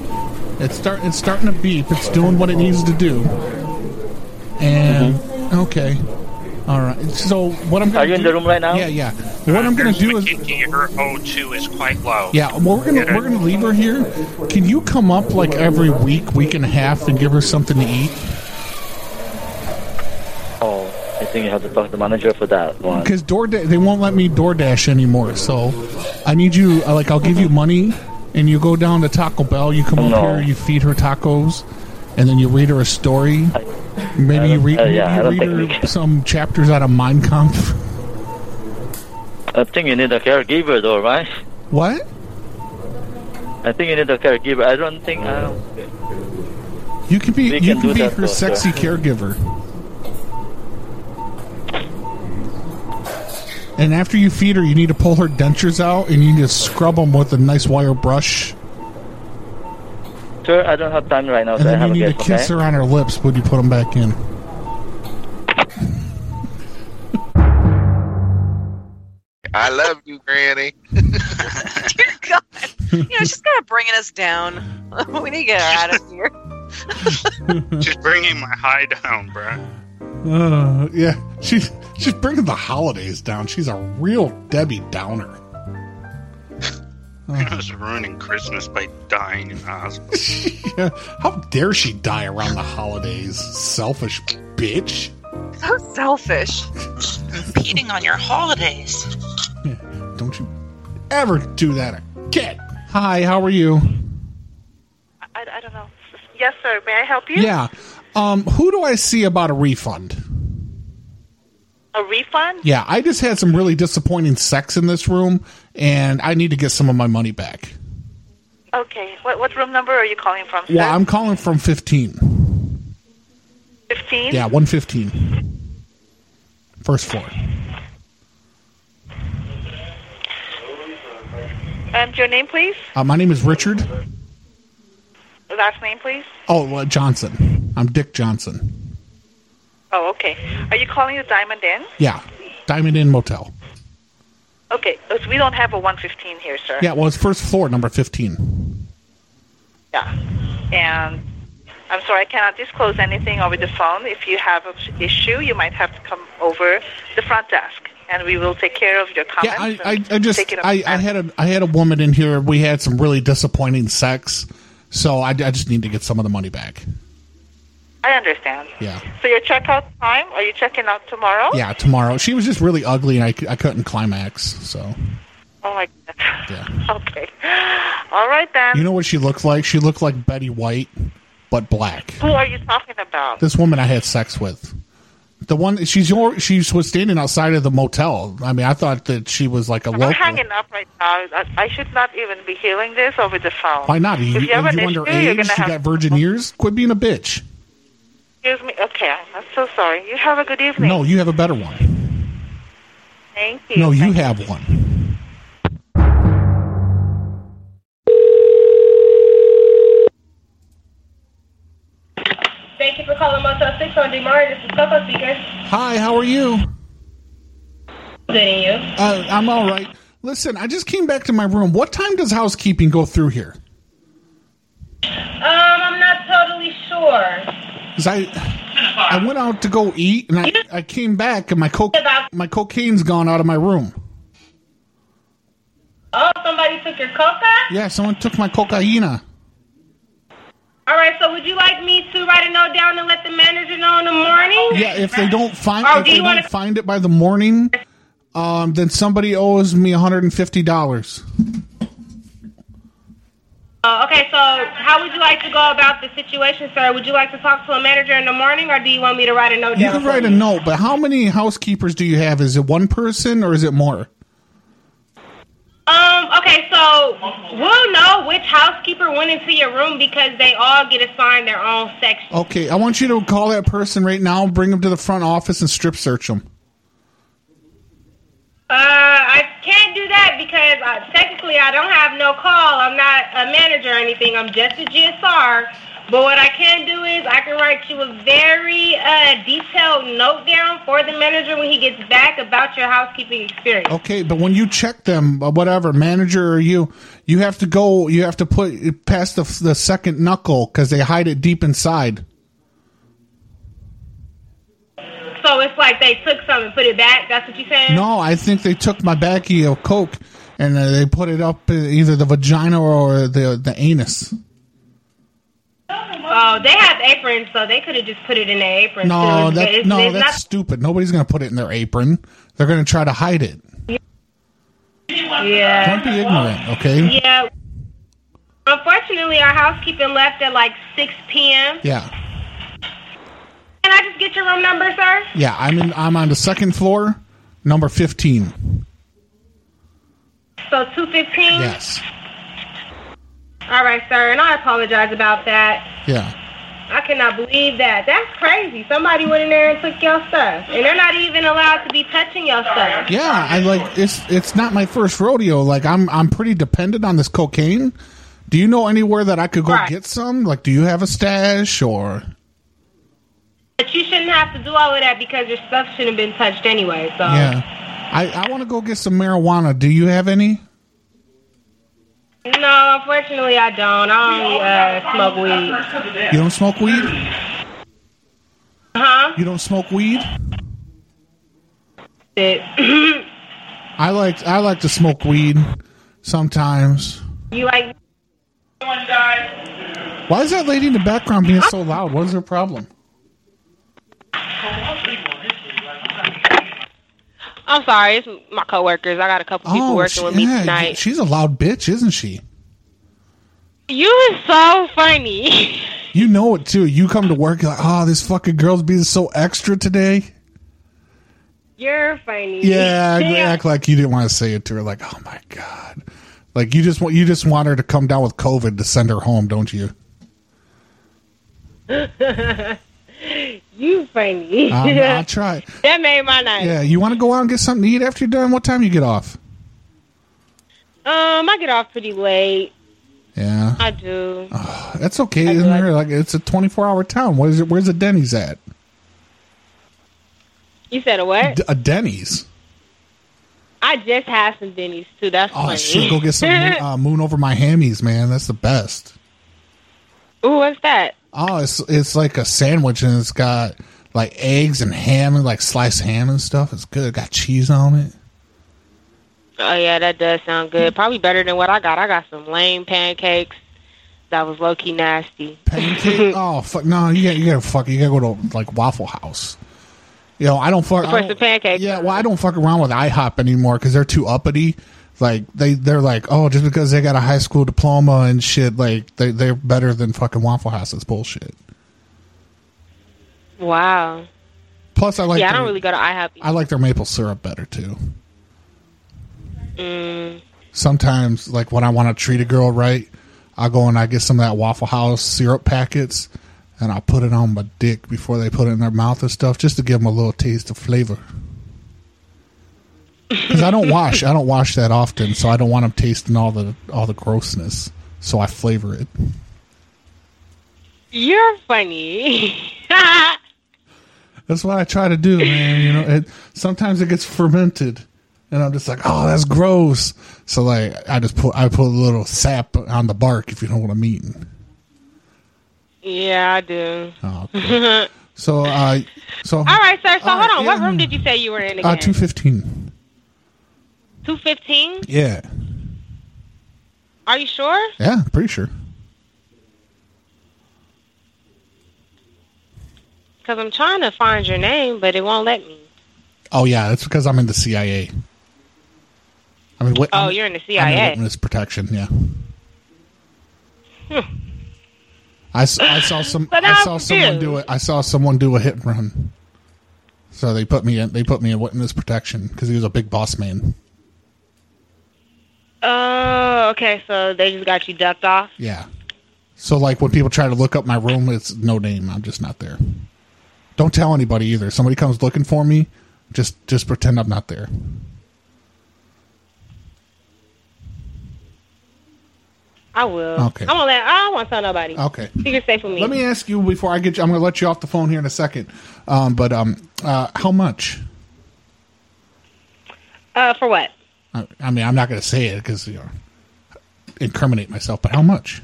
Speaker 8: It's start. It's starting to beep. It's doing what it needs to do. And okay, all right. So what I'm gonna
Speaker 3: Are you in
Speaker 8: do-
Speaker 3: the room right now?
Speaker 8: Yeah, yeah. What I'm gonna do is
Speaker 19: Her O2 is quite low.
Speaker 8: yeah. Well, we're gonna
Speaker 19: Get it?
Speaker 8: we're gonna leave her here. Can you come up like every week, week and a half, and give her something to eat?
Speaker 3: Oh, I think you have to talk to the manager for that one.
Speaker 8: Because DoorDash, they won't let me DoorDash anymore. So I need you. uh, Like I'll give you money, and you go down to Taco Bell. You come up
Speaker 3: No.
Speaker 8: here, you feed her tacos, and then you read her a story. Maybe you read,
Speaker 3: uh, yeah, I don't
Speaker 8: maybe you read
Speaker 3: think
Speaker 8: her some chapters out of Mein Kampf.
Speaker 3: I think you need a caregiver, though, right?
Speaker 8: What?
Speaker 3: I think you need a caregiver. I don't think. I don't,
Speaker 8: You can be
Speaker 3: We
Speaker 8: you can
Speaker 3: can do
Speaker 8: be
Speaker 3: that,
Speaker 8: her
Speaker 3: though,
Speaker 8: sexy
Speaker 3: sir.
Speaker 8: caregiver. And after you feed her, you need to pull her dentures out, and you just scrub them with a nice wire brush.
Speaker 3: sir, I don't have time right now.
Speaker 8: And
Speaker 3: so I
Speaker 8: then
Speaker 3: have
Speaker 8: you
Speaker 3: a
Speaker 8: need to
Speaker 3: guest,
Speaker 8: kiss
Speaker 3: okay?
Speaker 8: her on her lips when you put them back in.
Speaker 2: I love you, Granny.
Speaker 9: Dear God. You know, she's kind of bringing us down. we need to get her out of here.
Speaker 19: She's bringing my high down, bro.
Speaker 8: Uh, yeah, she's she's bringing the holidays down. She's a real Debbie Downer.
Speaker 19: I was ruining Christmas by dying in the hospital.
Speaker 8: Yeah, how dare she die around the holidays? Selfish bitch.
Speaker 9: So selfish.
Speaker 4: Impeding on your holidays.
Speaker 8: Don't you ever do that again. Hi, how are you?
Speaker 4: I, I don't know. Yes, sir. May I help you?
Speaker 8: Yeah. Um, who do I see about a refund?
Speaker 4: A refund?
Speaker 8: Yeah, I just had some really disappointing sex in this room, and I need to get some of my money back.
Speaker 4: Okay. What, what room number are you calling from, sir?
Speaker 8: Well, I'm calling from 15.
Speaker 4: 15?
Speaker 8: Yeah, 115. First floor.
Speaker 4: And your name, please?
Speaker 8: Uh, my name is Richard.
Speaker 4: Last name, please?
Speaker 8: Oh, uh, Johnson. I'm Dick Johnson.
Speaker 4: Oh, okay. Are you calling the Diamond Inn?
Speaker 8: Yeah, Diamond Inn Motel.
Speaker 4: Okay. Because we don't have a 115 here, sir.
Speaker 8: Yeah, well, it's first floor, number 15.
Speaker 4: Yeah. And I'm sorry, I cannot disclose anything over the phone. If you have an issue, you might have to come over the front desk, and we will take care of your
Speaker 8: Yeah,
Speaker 4: comments.
Speaker 8: I, I,
Speaker 4: and
Speaker 8: I just,
Speaker 4: take it up.
Speaker 8: I, I had a, I had a woman in here. We had some really disappointing sex, so I, I just need to get some of the money back.
Speaker 4: I understand.
Speaker 8: Yeah,
Speaker 4: So your checkout time? Are you checking out tomorrow?
Speaker 8: yeah. Tomorrow, she was just really ugly, and I, c- I couldn't climax. So,
Speaker 4: Oh my god.
Speaker 8: Yeah.
Speaker 4: Okay. All right then.
Speaker 8: you know what she looked like? She looked like Betty White, but black.
Speaker 4: Who are you talking about?
Speaker 8: This woman I had sex with. The one she's your she was standing outside of the motel. I mean, I thought that she was like a
Speaker 4: I'm
Speaker 8: local.
Speaker 4: hanging up right now. I, I should not even be healing this over the phone.
Speaker 8: Why not? Are you,
Speaker 4: if you have
Speaker 8: are
Speaker 4: an
Speaker 8: you
Speaker 4: issue, you're
Speaker 8: underage?
Speaker 4: gonna
Speaker 8: You
Speaker 4: have.
Speaker 8: got virgin ears? Quit being a bitch.
Speaker 4: Excuse me. Okay. Okay, I'm so sorry. You have a good evening.
Speaker 8: No, you have a better one.
Speaker 4: Thank you.
Speaker 8: No, you have one.
Speaker 5: Thank you for calling Motel 6 on DeMar. This is Coco speaking.
Speaker 8: Hi, how are you?
Speaker 5: Good and you?
Speaker 8: Uh, I'm all right. Listen, I just came back to my room. What time does housekeeping go through here?
Speaker 5: Um, I'm not totally sure.
Speaker 8: Because I I went out to go eat and I, I came back and my co- my cocaine's gone out of my room.
Speaker 5: Oh, somebody took your coca?
Speaker 8: Yeah, someone took my cocaina.
Speaker 5: All right, so would you like me to write a note down and let the manager know in the morning?
Speaker 8: Yeah, if they don't find
Speaker 5: Oh,
Speaker 8: if
Speaker 5: do
Speaker 8: they
Speaker 5: you wanna-
Speaker 8: don't find it by the morning, um, then somebody owes me hundred and fifty dollars.
Speaker 5: Uh, okay, so how would you like to go about the situation, sir? Would you like to talk to a manager in the morning, or do you want me to write a note
Speaker 8: You
Speaker 5: down?
Speaker 8: can write a note, but how many housekeepers do you have? Is it one person or is it more?
Speaker 5: Um, okay, so we'll know which housekeeper went into your room because they all get assigned their own section.
Speaker 8: Okay, I want you to call that person right now, bring them to the front office, and strip search them.
Speaker 5: Uh, I can't do that because uh, technically I don't have no call. I'm not a manager or anything. I'm just a GSR. But what I can do is I can write you a very uh, detailed note down for the manager when he gets back about your housekeeping experience.
Speaker 8: Okay, but when you check them, uh, whatever manager or you, you have to go. You have to put past the the second knuckle because they hide it deep inside.
Speaker 5: So it's like they took something and put it back. That's what you saying?
Speaker 8: No, I think they took my baggie of coke and uh, they put it up in either the vagina or the the anus.
Speaker 5: Oh, they have aprons, so they could have just put it in their apron.
Speaker 8: No,
Speaker 5: too.
Speaker 8: that
Speaker 5: It's-
Speaker 8: no,
Speaker 5: it's
Speaker 8: that's stupid. Nobody's gonna put it in their apron. They're gonna try to hide it.
Speaker 5: not, yeah.
Speaker 8: Don't be ignorant, okay?
Speaker 5: Yeah. Unfortunately, our housekeeping left at like 6 p.m.
Speaker 8: Yeah,
Speaker 5: Can I just get your room number, sir?
Speaker 8: yeah. I'm in, I'm on the second floor, number fifteen.
Speaker 5: So 215?
Speaker 8: Yes.
Speaker 5: All right, sir. And I apologize about that.
Speaker 8: Yeah.
Speaker 5: I cannot believe that. That's crazy. Somebody went in there and took your stuff. And they're not even allowed to be touching your stuff.
Speaker 8: Yeah, I like it's it's not my first rodeo. Like I'm I'm pretty dependent on this cocaine. Do you know anywhere that I could go
Speaker 5: Right.
Speaker 8: get some? Like do you have a stash or
Speaker 5: But you shouldn't have to do all of that because your stuff shouldn't have been touched anyway. So
Speaker 8: Yeah. I I want to go get some marijuana. Do you have any?
Speaker 5: No, unfortunately, I don't. I only uh, smoke weed.
Speaker 8: You don't smoke weed?
Speaker 5: Huh?
Speaker 8: You don't smoke weed?
Speaker 5: It.
Speaker 8: I like I like to smoke weed sometimes.
Speaker 5: you like?
Speaker 8: Why is that lady in the background being so loud? What is her problem?
Speaker 5: I'm sorry. It's my coworkers. I got a couple people working
Speaker 8: Oh,
Speaker 5: with
Speaker 8: she-
Speaker 5: me
Speaker 8: yeah,
Speaker 5: tonight.
Speaker 8: she's a loud bitch, isn't she?
Speaker 5: You is so funny.
Speaker 8: You know it too. You come to work, you're like, oh, this fucking girl's being so extra today.
Speaker 5: You're funny.
Speaker 8: Yeah, you act like you didn't want to say it to her. Like, oh my god, like you just want you just want her to come down with COVID to send her home, don't you?
Speaker 5: you funny.
Speaker 8: I'm- I'll try.
Speaker 5: That made my night.
Speaker 8: Yeah, you want to go out and get something to eat after you're done. What time you get off?
Speaker 5: Um, I get off pretty late.
Speaker 8: Yeah,
Speaker 5: I do.
Speaker 8: Uh-huh. that's okay, isn't there? Like, it's a 24 hour town. What is it? Where's the Denny's at?
Speaker 5: You said a what?
Speaker 8: D- a Denny's.
Speaker 5: I just had some Denny's too. That's
Speaker 8: Oh
Speaker 5: funny.
Speaker 8: shit, go get some moon, uh, moon over my hammies, man. That's the best.
Speaker 5: Ooh, what's that?
Speaker 8: Oh, it's it's like a sandwich and it's got like eggs and ham and like sliced ham and stuff. It's good. It got cheese on it.
Speaker 5: Oh yeah, that does sound
Speaker 8: Mm-hmm.
Speaker 5: good. Probably better than what I got. I got some lame pancakes. That was low key nasty.
Speaker 8: Pancake? oh fuck! No, you got you got to fuck. You got to go to like Waffle House. You know, I don't fuck.
Speaker 5: Of
Speaker 8: I
Speaker 5: course, the
Speaker 8: don't,
Speaker 5: pancakes.
Speaker 8: yeah, well, I don't fuck around with IHOP anymore because they're too uppity. Like they they're like, oh, just because they got a high school diploma and shit, like they they're better than fucking Waffle House. That's bullshit.
Speaker 5: Wow.
Speaker 8: Plus, I like
Speaker 5: yeah, I
Speaker 8: their,
Speaker 5: don't really go to IHOP.
Speaker 8: I like their maple syrup better too.
Speaker 5: Mm.
Speaker 8: sometimes like when I want to treat a girl right, I go and I get some of that Waffle House syrup packets and I'll put it on my dick before they put it in their mouth and stuff, just to give them a little taste of flavor. Because I don't wash, I don't wash that often, so I don't want them tasting all the all the grossness. So I flavor it.
Speaker 5: You're funny.
Speaker 8: That's what I try to do, man. You know, it, sometimes it gets fermented, and I'm just like, oh, that's gross. So like, I just put I put a little sap on the bark, if you know what I mean.
Speaker 5: yeah, I do.
Speaker 8: Oh, So uh, so
Speaker 5: All right, sir. So hold on. What room did you say you were in again?
Speaker 8: uh, two fifteen.
Speaker 5: Two fifteen.
Speaker 8: Yeah,
Speaker 5: Are you sure?
Speaker 8: yeah, pretty sure.
Speaker 5: Because I'm trying to find your name, but it won't let me.
Speaker 8: Oh yeah, that's because I'm in the CIA. I mean, wait,
Speaker 5: Oh, you're in the
Speaker 8: I'm in
Speaker 5: CIA.
Speaker 8: witness protection. Yeah.
Speaker 5: Hmm.
Speaker 8: I, s- I saw some.
Speaker 5: But
Speaker 8: I
Speaker 5: I'm
Speaker 8: saw someone
Speaker 5: confused.
Speaker 8: do it. I saw someone do a hit and run. So they put me in. They put me in witness protection because he was a big boss man.
Speaker 5: Oh, okay. So they just got you ducked off.
Speaker 8: Yeah. So like when people try to look up my room, it's no name. I'm just not there. Don't tell anybody either. Somebody comes looking for me, just just pretend I'm not there.
Speaker 5: I will.
Speaker 8: Okay.
Speaker 5: I'm gonna let. I don't want to tell nobody.
Speaker 8: Okay.
Speaker 5: You can stay for me.
Speaker 8: Let me ask you before I get you. I'm going to let you off the phone here in a second. Um, but um, uh, how much?
Speaker 5: Uh, for what?
Speaker 8: I, I mean, I'm not going to say it because you know, incriminate myself. But how much?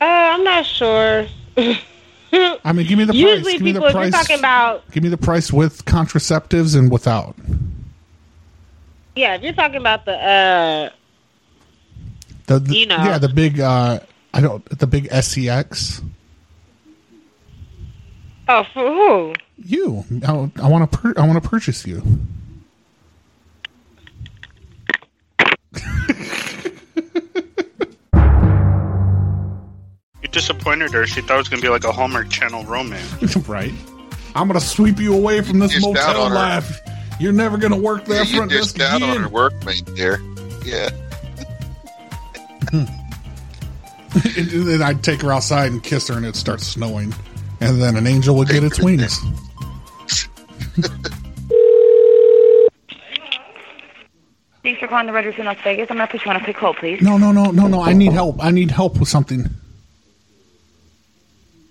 Speaker 5: Uh, I'm not sure.
Speaker 8: I mean, give me the
Speaker 5: Usually,
Speaker 8: price. Give me
Speaker 5: people,
Speaker 8: the
Speaker 5: if you're
Speaker 8: price.
Speaker 5: talking about,
Speaker 8: give me the price with contraceptives and without.
Speaker 5: yeah, if you're talking about the, uh,
Speaker 8: The, the-
Speaker 5: You know.
Speaker 8: yeah, the big. Uh, I don't the big E SEX.
Speaker 5: oh, for who?
Speaker 8: You, I, I want to. Pur- I want to purchase you.
Speaker 14: You disappointed her. She thought it was gonna be like a Hallmark Channel romance.
Speaker 8: right. I'm gonna sweep you away from this
Speaker 14: You dissed out
Speaker 8: motel
Speaker 14: on her.
Speaker 8: life. You're never gonna work
Speaker 19: Yeah,
Speaker 8: that
Speaker 19: you
Speaker 8: front
Speaker 19: just
Speaker 8: desk
Speaker 19: down on
Speaker 8: again.
Speaker 19: her workmate there. Yeah.
Speaker 8: and then I'd take her outside and kiss her, and it'd start snowing. And then an angel would get its wings.
Speaker 4: Thanks for calling the Red Roof in Las Vegas. I'm going to put you on a quick hold, please.
Speaker 8: No, no, no, no, no. I need help. I need help with something.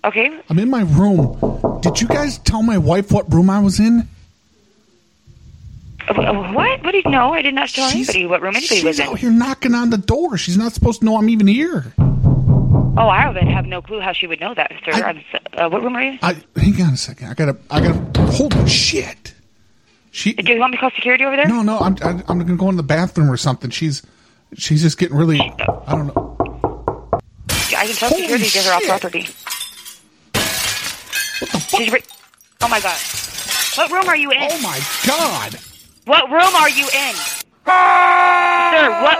Speaker 4: Okay.
Speaker 8: I'm in my room. Did you guys tell my wife what room I was in?
Speaker 4: Uh, wh- What? What do you know? I did not tell anybody what room anybody was in.
Speaker 8: She's out here knocking on the door. She's not supposed to know I'm even here.
Speaker 4: Oh, I would have no clue how she would know that, sir. I, am uh, what room are you?
Speaker 8: I hang on a second. I gotta. I gotta. Holy shit! She. Do
Speaker 4: you want me to call security over there?
Speaker 8: No, no. I'm. I, I'm gonna go in the bathroom or something. She's. She's just getting really. I don't know.
Speaker 4: I can tell security to get her off property. What
Speaker 8: the fuck?
Speaker 4: oh, my God. What room are you in? Oh,
Speaker 8: my God.
Speaker 4: What room are you in? sir, what?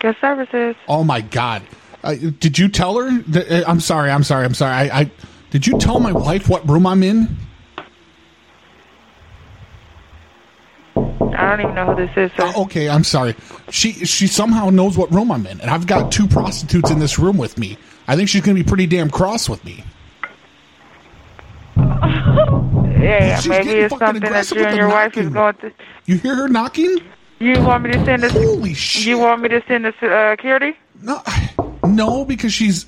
Speaker 17: Guest services.
Speaker 8: Oh my god! Uh, did you tell her? That, uh, I'm sorry. I'm sorry. I'm sorry. I, I did you tell my wife what room I'm in?
Speaker 17: I don't even know who this is.
Speaker 8: Uh, okay, I'm sorry. She she somehow knows what room I'm in, and I've got two prostitutes in this room with me. I think she's gonna be pretty damn cross with me.
Speaker 17: Yeah,
Speaker 8: She's
Speaker 17: maybe
Speaker 8: getting
Speaker 17: it's
Speaker 8: fucking
Speaker 17: something that
Speaker 8: aggressive
Speaker 17: you
Speaker 8: with
Speaker 17: and
Speaker 8: the
Speaker 17: your wife is
Speaker 8: knocking.
Speaker 17: going through.
Speaker 8: You hear her knocking?
Speaker 17: You want me to send this?
Speaker 8: Holy shit!
Speaker 17: You want me to send this to uh, security?
Speaker 8: No, no, because she's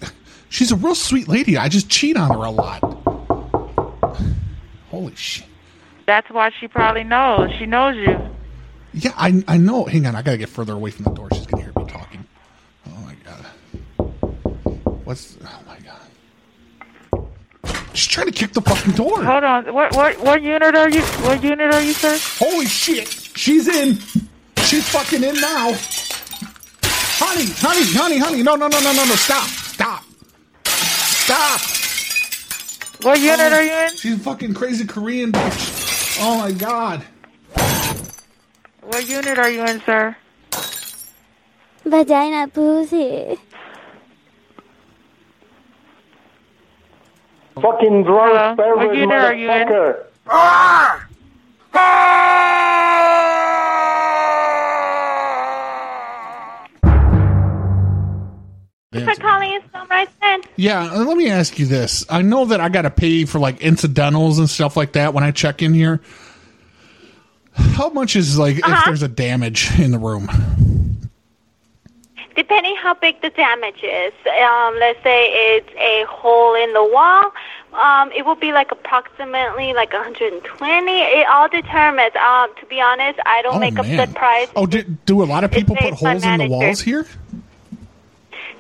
Speaker 8: she's a real sweet lady. I just cheat on her a lot. Holy shit!
Speaker 17: That's why she probably knows. She knows you.
Speaker 8: Yeah, I I know. Hang on, I gotta get further away from the door. She's gonna hear me talking. Oh my god! What's? Oh my god! She's trying to kick the fucking door.
Speaker 17: Hold on. What what what unit are you? What unit are you, sir?
Speaker 8: Holy shit! She's in. She's fucking in now. Honey, honey, honey, honey! No, no, no, no, no, no! Stop! Stop! Stop!
Speaker 17: What unit are you in?
Speaker 8: She's a fucking crazy Korean bitch. Oh my god!
Speaker 17: What unit are you in, sir?
Speaker 23: Vagina pussy.
Speaker 15: Fucking drunk pervert
Speaker 17: What unit are you in?
Speaker 15: motherfucker.
Speaker 4: Ah!
Speaker 23: Thanks for calling in some right then.
Speaker 8: Yeah, uh, let me ask you this. I know that I got to pay for like incidentals and stuff like that when I check in here. How much is like
Speaker 17: Uh-huh.
Speaker 8: if there's a damage in the room?
Speaker 23: Depending how big the damage is, um, let's say it's a hole in the wall, um, it will be like approximately like 120. It all determines. Um, to be honest, I don't
Speaker 8: Oh,
Speaker 23: make up
Speaker 8: man.
Speaker 23: the price
Speaker 8: Oh, do, do a lot of people put
Speaker 23: made by
Speaker 8: holes in the
Speaker 23: manager.
Speaker 8: walls here?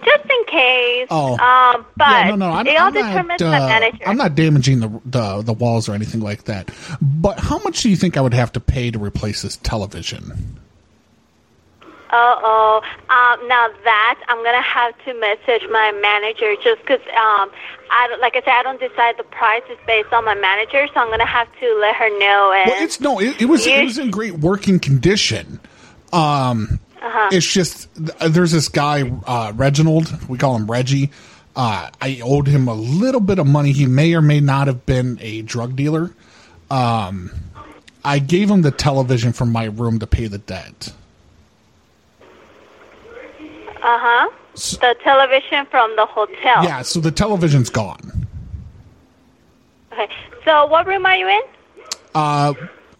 Speaker 23: just in case.
Speaker 8: Oh.
Speaker 23: um, but
Speaker 8: yeah, no, no, I'm,
Speaker 23: it all
Speaker 8: I'm
Speaker 23: determines
Speaker 8: not, uh,
Speaker 23: by manager.
Speaker 8: I'm not damaging the, the the walls or anything like that. But how much do you think I would have to pay to replace this television?
Speaker 23: Uh oh. Um, now that I'm gonna have to message my manager just 'cause um, I don't- like I said I don't decide the price is based on my manager, so I'm gonna have to let her know. And
Speaker 8: Well, it's no, it, it was it
Speaker 23: You-
Speaker 8: was in great working condition. Um,
Speaker 23: Uh-huh.
Speaker 8: it's just th- there's this guy uh, Reginald. We call him Reggie. Uh, I owed him a little bit of money. He may or may not have been a drug dealer. Um, I gave him the television from my room to pay the debt.
Speaker 23: uh huh. The television from the hotel.
Speaker 8: Yeah, so the television's gone.
Speaker 23: Okay. So what room are you in?
Speaker 8: Uh,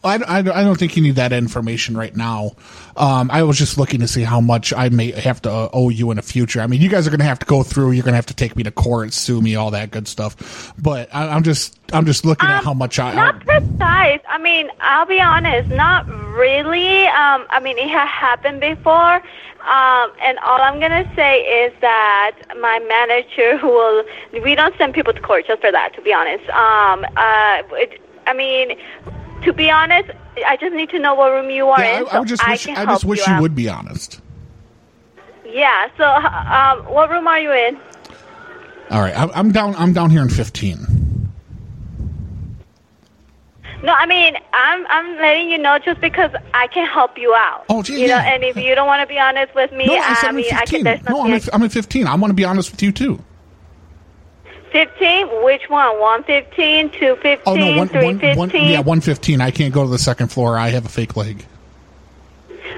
Speaker 8: I, I, I don't think you need that information right now. Um, I was just looking to see how much I may have to uh, owe you in the future. I mean, you guys are going to have to go through. You're going to have to take me to court, sue me, all that good stuff. But I, I'm just I'm just looking at how much I.
Speaker 23: Um, Not precise. I mean, I'll be honest, not really. Um, I mean, it had happened before. Um, and all I'm going to say is that my manager who will, we don't send people to court just for that, to be honest. Um, uh, it, I mean, to be honest, I just need to know what room you are
Speaker 8: yeah,
Speaker 23: in.
Speaker 8: I,
Speaker 23: so
Speaker 8: I just wish
Speaker 23: can
Speaker 8: I,
Speaker 23: help
Speaker 8: just wish
Speaker 23: you,
Speaker 8: you,
Speaker 23: out.
Speaker 8: would be honest.
Speaker 23: Yeah, so uh, um, what room are you in?
Speaker 8: All right, I, I'm down. I'm down here in 15.
Speaker 23: No, I mean, I'm I'm letting you know just because I can help you out.
Speaker 8: Oh, gee,
Speaker 23: You know,
Speaker 8: yeah.
Speaker 23: and if you don't want to be honest with me,
Speaker 8: no, I
Speaker 23: I,
Speaker 8: said am
Speaker 23: mean,
Speaker 8: in
Speaker 23: I can.
Speaker 8: 15.
Speaker 23: There's
Speaker 8: no, I'm in, I'm in 15. I want to be honest with you too.
Speaker 23: Fifteen? Which one? One fifteen? Two fifteen?
Speaker 8: Oh no, one,
Speaker 23: three
Speaker 8: one, one,
Speaker 23: fifteen?
Speaker 8: yeah, 115. I can't go to the second floor. I have a fake leg.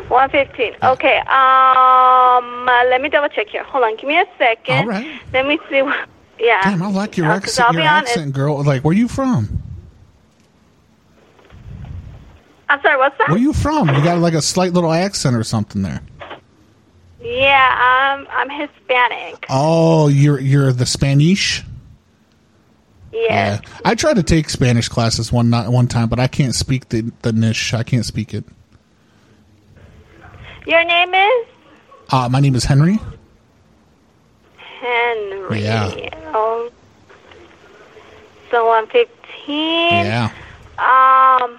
Speaker 23: One fifteen. Okay. Um, uh, let me double check here. Hold on. Give me a second.
Speaker 8: All right.
Speaker 23: Let me see. What, yeah.
Speaker 8: Damn, I like your
Speaker 23: Uh, 'cause I'll
Speaker 8: accent, your
Speaker 23: be honest.
Speaker 8: accent, girl. Like, where you from?
Speaker 23: I'm sorry. What's that?
Speaker 8: Where you from? You got like a slight little accent or something there.
Speaker 23: yeah. Um, I'm Hispanic.
Speaker 8: Oh, you're you're the Spanish.
Speaker 23: Yeah.
Speaker 8: I tried to take Spanish classes one not one time, but I can't speak the the niche. I can't speak it.
Speaker 23: Your name is
Speaker 8: Uh, my name is Henry.
Speaker 23: Henry.
Speaker 8: Oh, Yeah.
Speaker 23: Um, so one fifteen.
Speaker 8: Yeah.
Speaker 23: Um.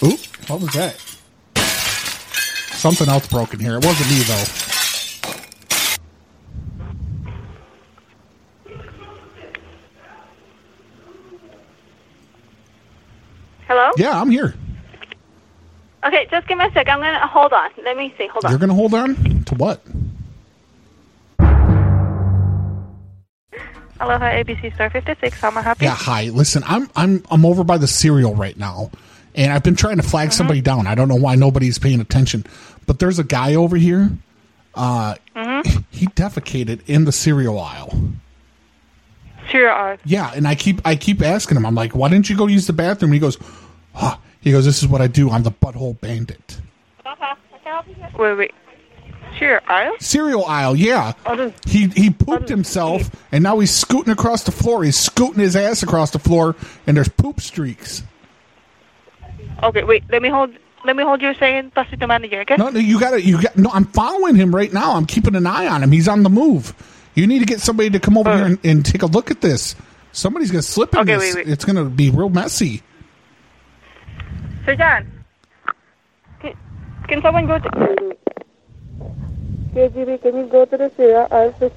Speaker 8: Oop, what was that? Something else broke in here. It wasn't me though.
Speaker 23: Hello.
Speaker 8: Yeah, I'm here.
Speaker 23: Okay, just give me a sec. I'm gonna hold on. Let me see. Hold on.
Speaker 8: You're gonna hold on to what?
Speaker 10: Aloha ABC Star 56. How may I help you?
Speaker 8: Yeah, hi. Listen, I'm I'm I'm over by the cereal right now, and I've been trying to flag somebody down. I don't know why nobody's paying attention, but there's a guy over here. Uh, he defecated in the cereal aisle.
Speaker 10: Sure. Uh,
Speaker 8: Yeah, and I keep I keep asking him. I'm like, why didn't you go use the bathroom? He goes, huh. He goes, this is what I do. I'm the butthole bandit.
Speaker 10: wait, wait. Sure. I'll.
Speaker 8: Cereal aisle, Oh, yeah. He he pooped himself, and now he's scooting across the floor. He's scooting his ass across the floor, and there's poop streaks.
Speaker 10: Okay. Wait. Let me hold. Let me hold your second. Pass it to manager. Okay.
Speaker 8: No, no, you got to you got no. I'm following him right now. I'm keeping an eye on him. He's on the move. You need to get somebody to come over here and, and take a look at this. Somebody's gonna slip in
Speaker 10: Okay,
Speaker 8: this.
Speaker 10: wait, wait.
Speaker 8: It's gonna be real messy.
Speaker 10: Sir John.
Speaker 6: Can, can someone go to KGB? Can you go to the cereal aisle? please?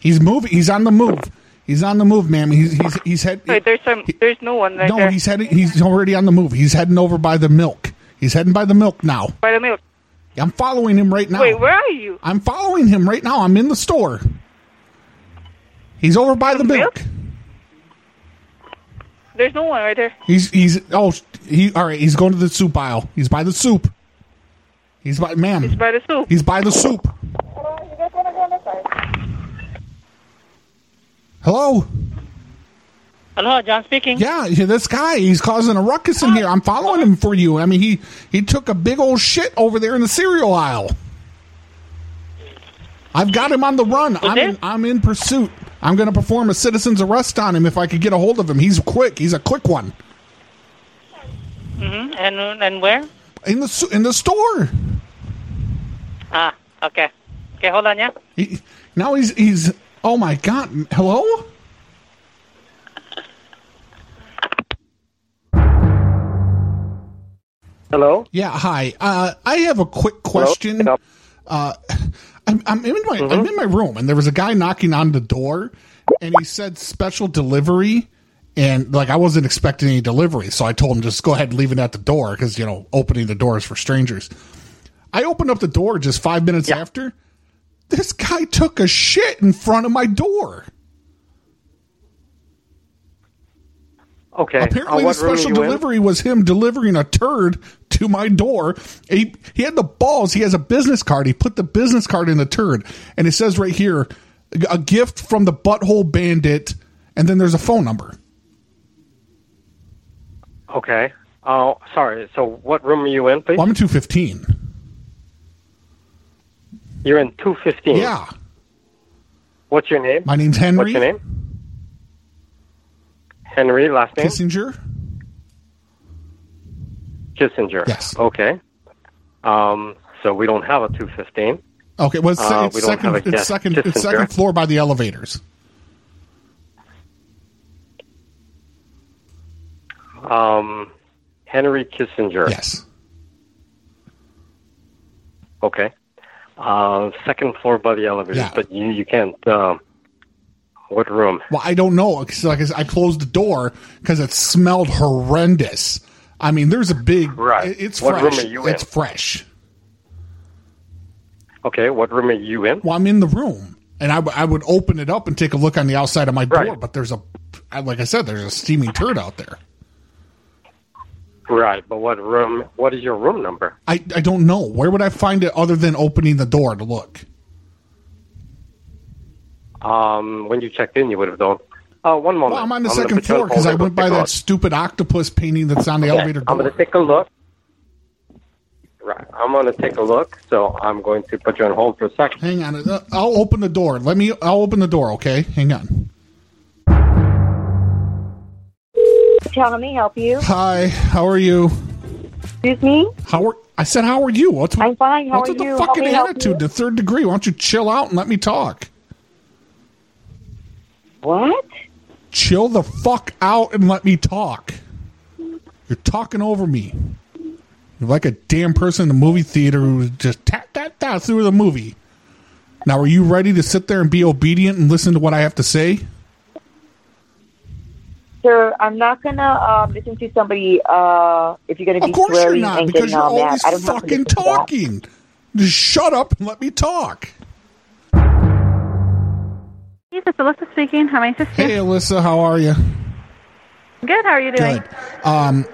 Speaker 8: He's moving. He's on the move. He's on the move, ma'am. He's he's he's head.
Speaker 10: Wait. There's some. There's no one right
Speaker 8: no,
Speaker 10: there.
Speaker 8: he's heading. He's already on the move. He's heading over by the milk. He's heading by the milk now.
Speaker 10: By the milk.
Speaker 8: I'm following him right now.
Speaker 10: Wait, where are you?
Speaker 8: I'm following him right now. I'm in the store. He's over by the milk.
Speaker 10: There's no one right there.
Speaker 8: He's he's oh he all right. He's going to the soup aisle. He's by the soup. He's by ma'am. He's
Speaker 10: by the soup.
Speaker 8: He's by the soup. Hello.
Speaker 11: Hello, John speaking.
Speaker 8: Yeah, yeah, this guy, he's causing a ruckus in here. I'm following him for you. I mean, he he took a big old shit over there in the cereal aisle. I've got him on the run. I'm in, I'm in pursuit. I'm going to perform a citizen's arrest on him if I could get a hold of him. He's quick. He's a quick one.
Speaker 4: Mm-hmm.
Speaker 11: hmm And and where?
Speaker 8: In the su- in the store.
Speaker 11: Ah, okay. Okay, hold on, yeah.
Speaker 8: He, now he's he's oh my god. Hello?
Speaker 12: Hello?
Speaker 8: Yeah, hi. Uh, I have a quick question. Uh, I'm, I'm in my I'm in my room, and there was a guy knocking on the door, and he said special delivery, and like I wasn't expecting any delivery, so I told him just go ahead and leave it at the door because you know opening the door is for strangers. I opened up the door just five minutes after. This guy took a shit in front of my door.
Speaker 12: Okay.
Speaker 8: Apparently,
Speaker 12: Uh,
Speaker 8: the
Speaker 12: what room
Speaker 8: special
Speaker 12: you in?
Speaker 8: delivery was him delivering a turd to my door. He he had the balls. He has a business card. He put the business card in the turd, and it says right here, a gift from the Butthole Bandit, and then there's a phone number.
Speaker 12: Okay. Oh, sorry. So, what room are you in, please?
Speaker 8: Well, I'm in two fifteen.
Speaker 12: You're in 215.
Speaker 8: Yeah.
Speaker 12: What's your name?
Speaker 8: My name's
Speaker 12: What's
Speaker 8: Henry.
Speaker 12: your name? Henry, last name?
Speaker 8: Kissinger.
Speaker 12: Kissinger. Yes. Okay. Um, so, we don't have a 215.
Speaker 8: Okay, well, it's,
Speaker 12: Uh,
Speaker 8: it's
Speaker 12: we don't
Speaker 8: second,
Speaker 12: have a
Speaker 8: it's
Speaker 12: guest.
Speaker 8: second,
Speaker 12: Just
Speaker 8: it's
Speaker 12: in
Speaker 8: second
Speaker 12: direct-
Speaker 8: floor by the elevators.
Speaker 12: Um, Henry Kissinger.
Speaker 8: Yes.
Speaker 12: Okay. Uh, second floor by the elevator, but you, you can't. Um, what room?
Speaker 8: Well, I don't know. 'cause like I, said, I closed the door because it smelled horrendous. I mean, there's a big.
Speaker 12: Right.
Speaker 8: it- It's
Speaker 12: What
Speaker 8: fresh.
Speaker 12: room are you in?
Speaker 8: It's fresh.
Speaker 12: Okay, what room are you in?
Speaker 8: Well, I'm in the room, and I, w- I would open it up and take a look on the outside of my door, but there's a, I- like I said, there's a steaming turd out there.
Speaker 12: Right, but what room? What is your room number?
Speaker 8: I, I don't know. Where would I find it other than opening the door to look?
Speaker 12: Um, when you checked in, you would have done. Oh, one moment.
Speaker 8: Well, I'm on the
Speaker 12: gonna
Speaker 8: second
Speaker 12: put you on
Speaker 8: floor because
Speaker 12: hold
Speaker 8: I
Speaker 12: and we'll
Speaker 8: went by
Speaker 12: take a
Speaker 8: that
Speaker 12: look.
Speaker 8: stupid octopus painting that's on the
Speaker 12: Okay,
Speaker 8: elevator
Speaker 12: I'm going
Speaker 8: door.
Speaker 12: to take a look. Right, I'm going to take a look. So I'm going to put you on hold for a second.
Speaker 8: Hang on. Uh, I'll open the door. Let me, I'll open the door, okay? Hang on.
Speaker 13: Tell me, help you.
Speaker 8: Hi, how are you?
Speaker 13: Excuse me?
Speaker 8: How are I said how are you? What's I'm
Speaker 13: fine. How
Speaker 8: what's
Speaker 13: are
Speaker 8: with the
Speaker 13: you? Help
Speaker 8: fucking
Speaker 13: me help
Speaker 8: attitude?
Speaker 13: you?
Speaker 8: The third degree. Why don't you chill out and let me talk?
Speaker 13: What?
Speaker 8: Chill the fuck out and let me talk. You're talking over me. You're like a damn person in the movie theater who just tat tat tat through the movie. Now are you ready to sit there and be obedient and listen to what I have to say?
Speaker 13: Sir, I'm not gonna uh, listen to somebody uh, if you're gonna
Speaker 8: Of
Speaker 13: be
Speaker 8: course you're
Speaker 13: swearing
Speaker 8: not,
Speaker 13: and
Speaker 8: because
Speaker 13: getting
Speaker 8: you're
Speaker 13: all mad.
Speaker 8: always
Speaker 13: I don't have to
Speaker 8: fucking
Speaker 13: listen to that.
Speaker 8: talking. Just shut up and let me talk.
Speaker 18: This is Alyssa speaking. How may I assist you?
Speaker 8: Hey Alyssa, how are you?
Speaker 18: Good. How are you doing?
Speaker 8: Good. Um,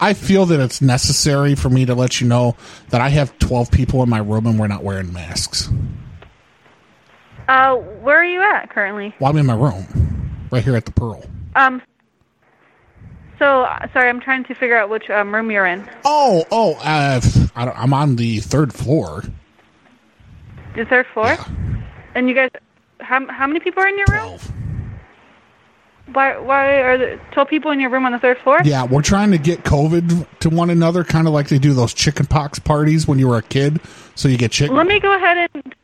Speaker 8: I feel that it's necessary for me to let you know that I have 12 people in my room and we're not wearing masks.
Speaker 18: Uh, where are you at currently?
Speaker 8: Well, I'm in my room, right here at the Pearl.
Speaker 18: Um. So uh, sorry, I'm trying to figure out which um, room you're in.
Speaker 8: Oh, oh, uh, I don't, I'm on the third floor.
Speaker 18: The third floor. And you guys, how how many people are in your room? Why why are there twelve people in your room on the third floor?
Speaker 8: Yeah, we're trying to get COVID to one another, kind of like they do those chicken pox parties when you were a kid. So you get chicken.
Speaker 18: Let me go ahead and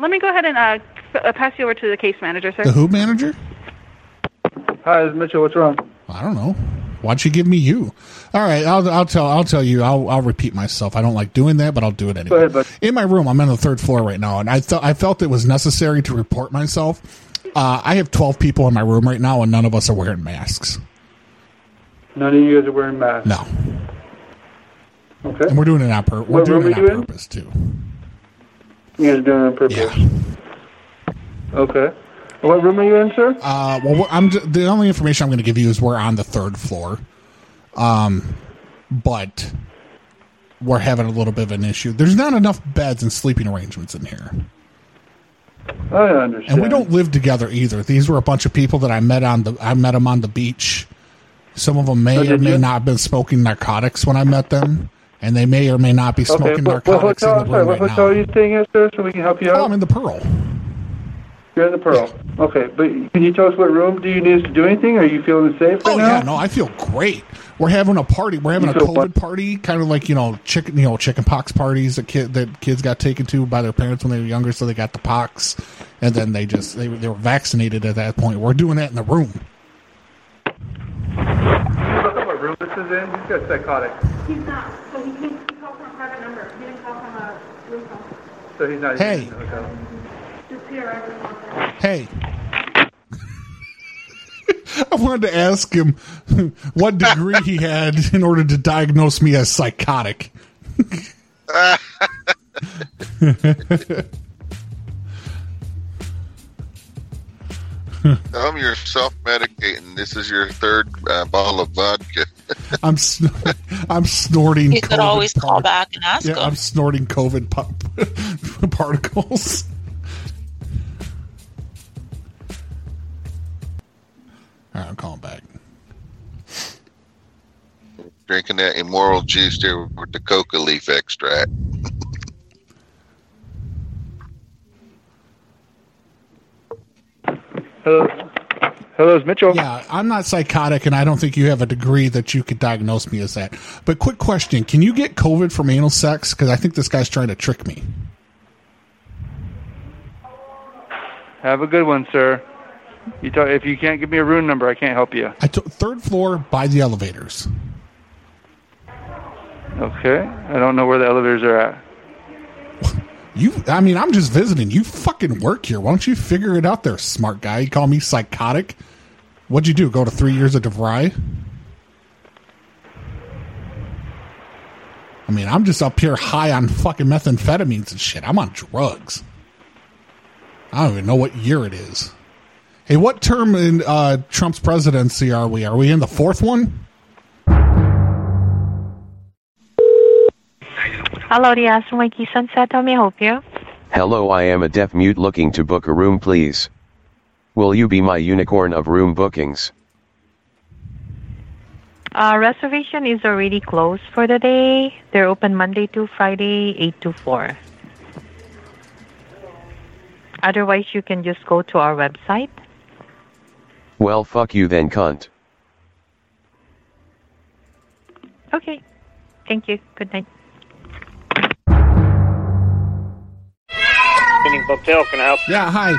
Speaker 18: let me go ahead and uh, f- uh, pass you over to the case manager, sir.
Speaker 8: The who manager?
Speaker 24: Hi, it's Mitchell. What's wrong?
Speaker 8: I don't know. Why'd you give me you? All right, I'll, I'll tell I'll tell you. I'll, I'll repeat myself. I don't like doing that, but I'll do it anyway. in my room, I'm on the third floor right now, and I thought I felt it was necessary to report myself. Uh, I have 12 people in my room right now, and none of us are wearing masks.
Speaker 24: None of you guys are wearing masks.
Speaker 8: No.
Speaker 4: Okay.
Speaker 8: And we're doing it on purpose. We're
Speaker 4: What
Speaker 8: doing
Speaker 4: room
Speaker 8: it
Speaker 4: are
Speaker 8: on
Speaker 4: you in?
Speaker 8: purpose too.
Speaker 4: You guys doing it on purpose? Okay. What room are you in, sir?
Speaker 8: Uh, well, we're- I'm ju- the only information I'm going to give you is we're on the third floor, um, but we're having a little bit of an issue. There's not enough beds and sleeping arrangements in here,
Speaker 24: Oh,
Speaker 4: I understand.
Speaker 8: and we don't live together either. These were a bunch of people that I met on the I met them on the beach. Some of them may
Speaker 4: Oh,
Speaker 8: or
Speaker 4: did
Speaker 8: may
Speaker 4: you?
Speaker 8: not have been smoking narcotics when I met them, and they may or may not be smoking
Speaker 4: okay, what, what
Speaker 8: narcotics
Speaker 4: hotel,
Speaker 8: in
Speaker 4: I'm
Speaker 8: the
Speaker 4: sorry,
Speaker 8: room
Speaker 4: what
Speaker 8: right
Speaker 4: hotel
Speaker 8: now. Oh,
Speaker 4: are you staying at, sir, so we can help you out?
Speaker 8: I'm in the Pearl.
Speaker 4: You're in the Pearl. Okay, but can you tell us what room do you need us to do anything? Are you feeling safe right
Speaker 8: Oh
Speaker 4: now?
Speaker 8: yeah, no, I feel great. We're having a party. We're having a
Speaker 4: You feel
Speaker 8: COVID party, kind of like you know chicken, you know chicken pox parties that kid that kids got taken to by their parents when they were younger, so they got the pox, and then they just they, were- they were vaccinated at that point. We're doing that in the room.
Speaker 4: Can you look up what room this is in? He's got psychotic,
Speaker 18: He's not, so he can he called from a private number. He didn't call from a room phone.
Speaker 4: so he's not
Speaker 8: Hey.
Speaker 4: in the hotel.
Speaker 18: Just here, everyone.
Speaker 8: Hey. I wanted to ask him what degree he had in order to diagnose me as psychotic.
Speaker 19: Tom, Um, you're self medicating. This is your third uh, bottle of vodka.
Speaker 8: I'm sn- I'm snorting.
Speaker 9: You could
Speaker 8: COVID
Speaker 9: always call
Speaker 8: part-
Speaker 9: back and ask
Speaker 8: Yeah,
Speaker 9: them.
Speaker 8: I'm snorting COVID pu- particles. All right, I'm calling back.
Speaker 19: Drinking that immoral juice there with the coca leaf extract.
Speaker 4: Hello? Hello, it's Mitchell.
Speaker 8: Yeah, I'm not psychotic, and I don't think you have a degree that you could diagnose me as that. But quick question: Can you get COVID from anal sex? Because I think this guy's trying to trick me.
Speaker 4: Have a good one, sir. You tell, if you can't give me a room number, I can't help you.
Speaker 8: I took third floor by the elevators.
Speaker 4: Okay, I don't know where the elevators are at.
Speaker 8: You, I mean, I'm just visiting. You fucking work here. Why don't you figure it out, there, smart guy? You call me psychotic. What'd you do? Go to three years of DeVry? I mean, I'm just up here high on fucking methamphetamines and shit. I'm on drugs. I don't even know what year it is. Hey, what term in uh, Trump's presidency are we? Are we in the fourth one?
Speaker 25: Hello, the Aston Wakey Sunset. How may I help you?
Speaker 26: Hello, I am a deaf mute looking to book a room, please. Will you be my unicorn of room bookings?
Speaker 25: Uh, reservation is already closed for the day. They're open Monday to Friday, 8 to 4. Otherwise, you can just go to our website.
Speaker 26: Well, fuck you then, cunt.
Speaker 25: Okay. Thank you. Good night.
Speaker 14: Phoenix Hotel, can I help?
Speaker 8: Yeah, hi.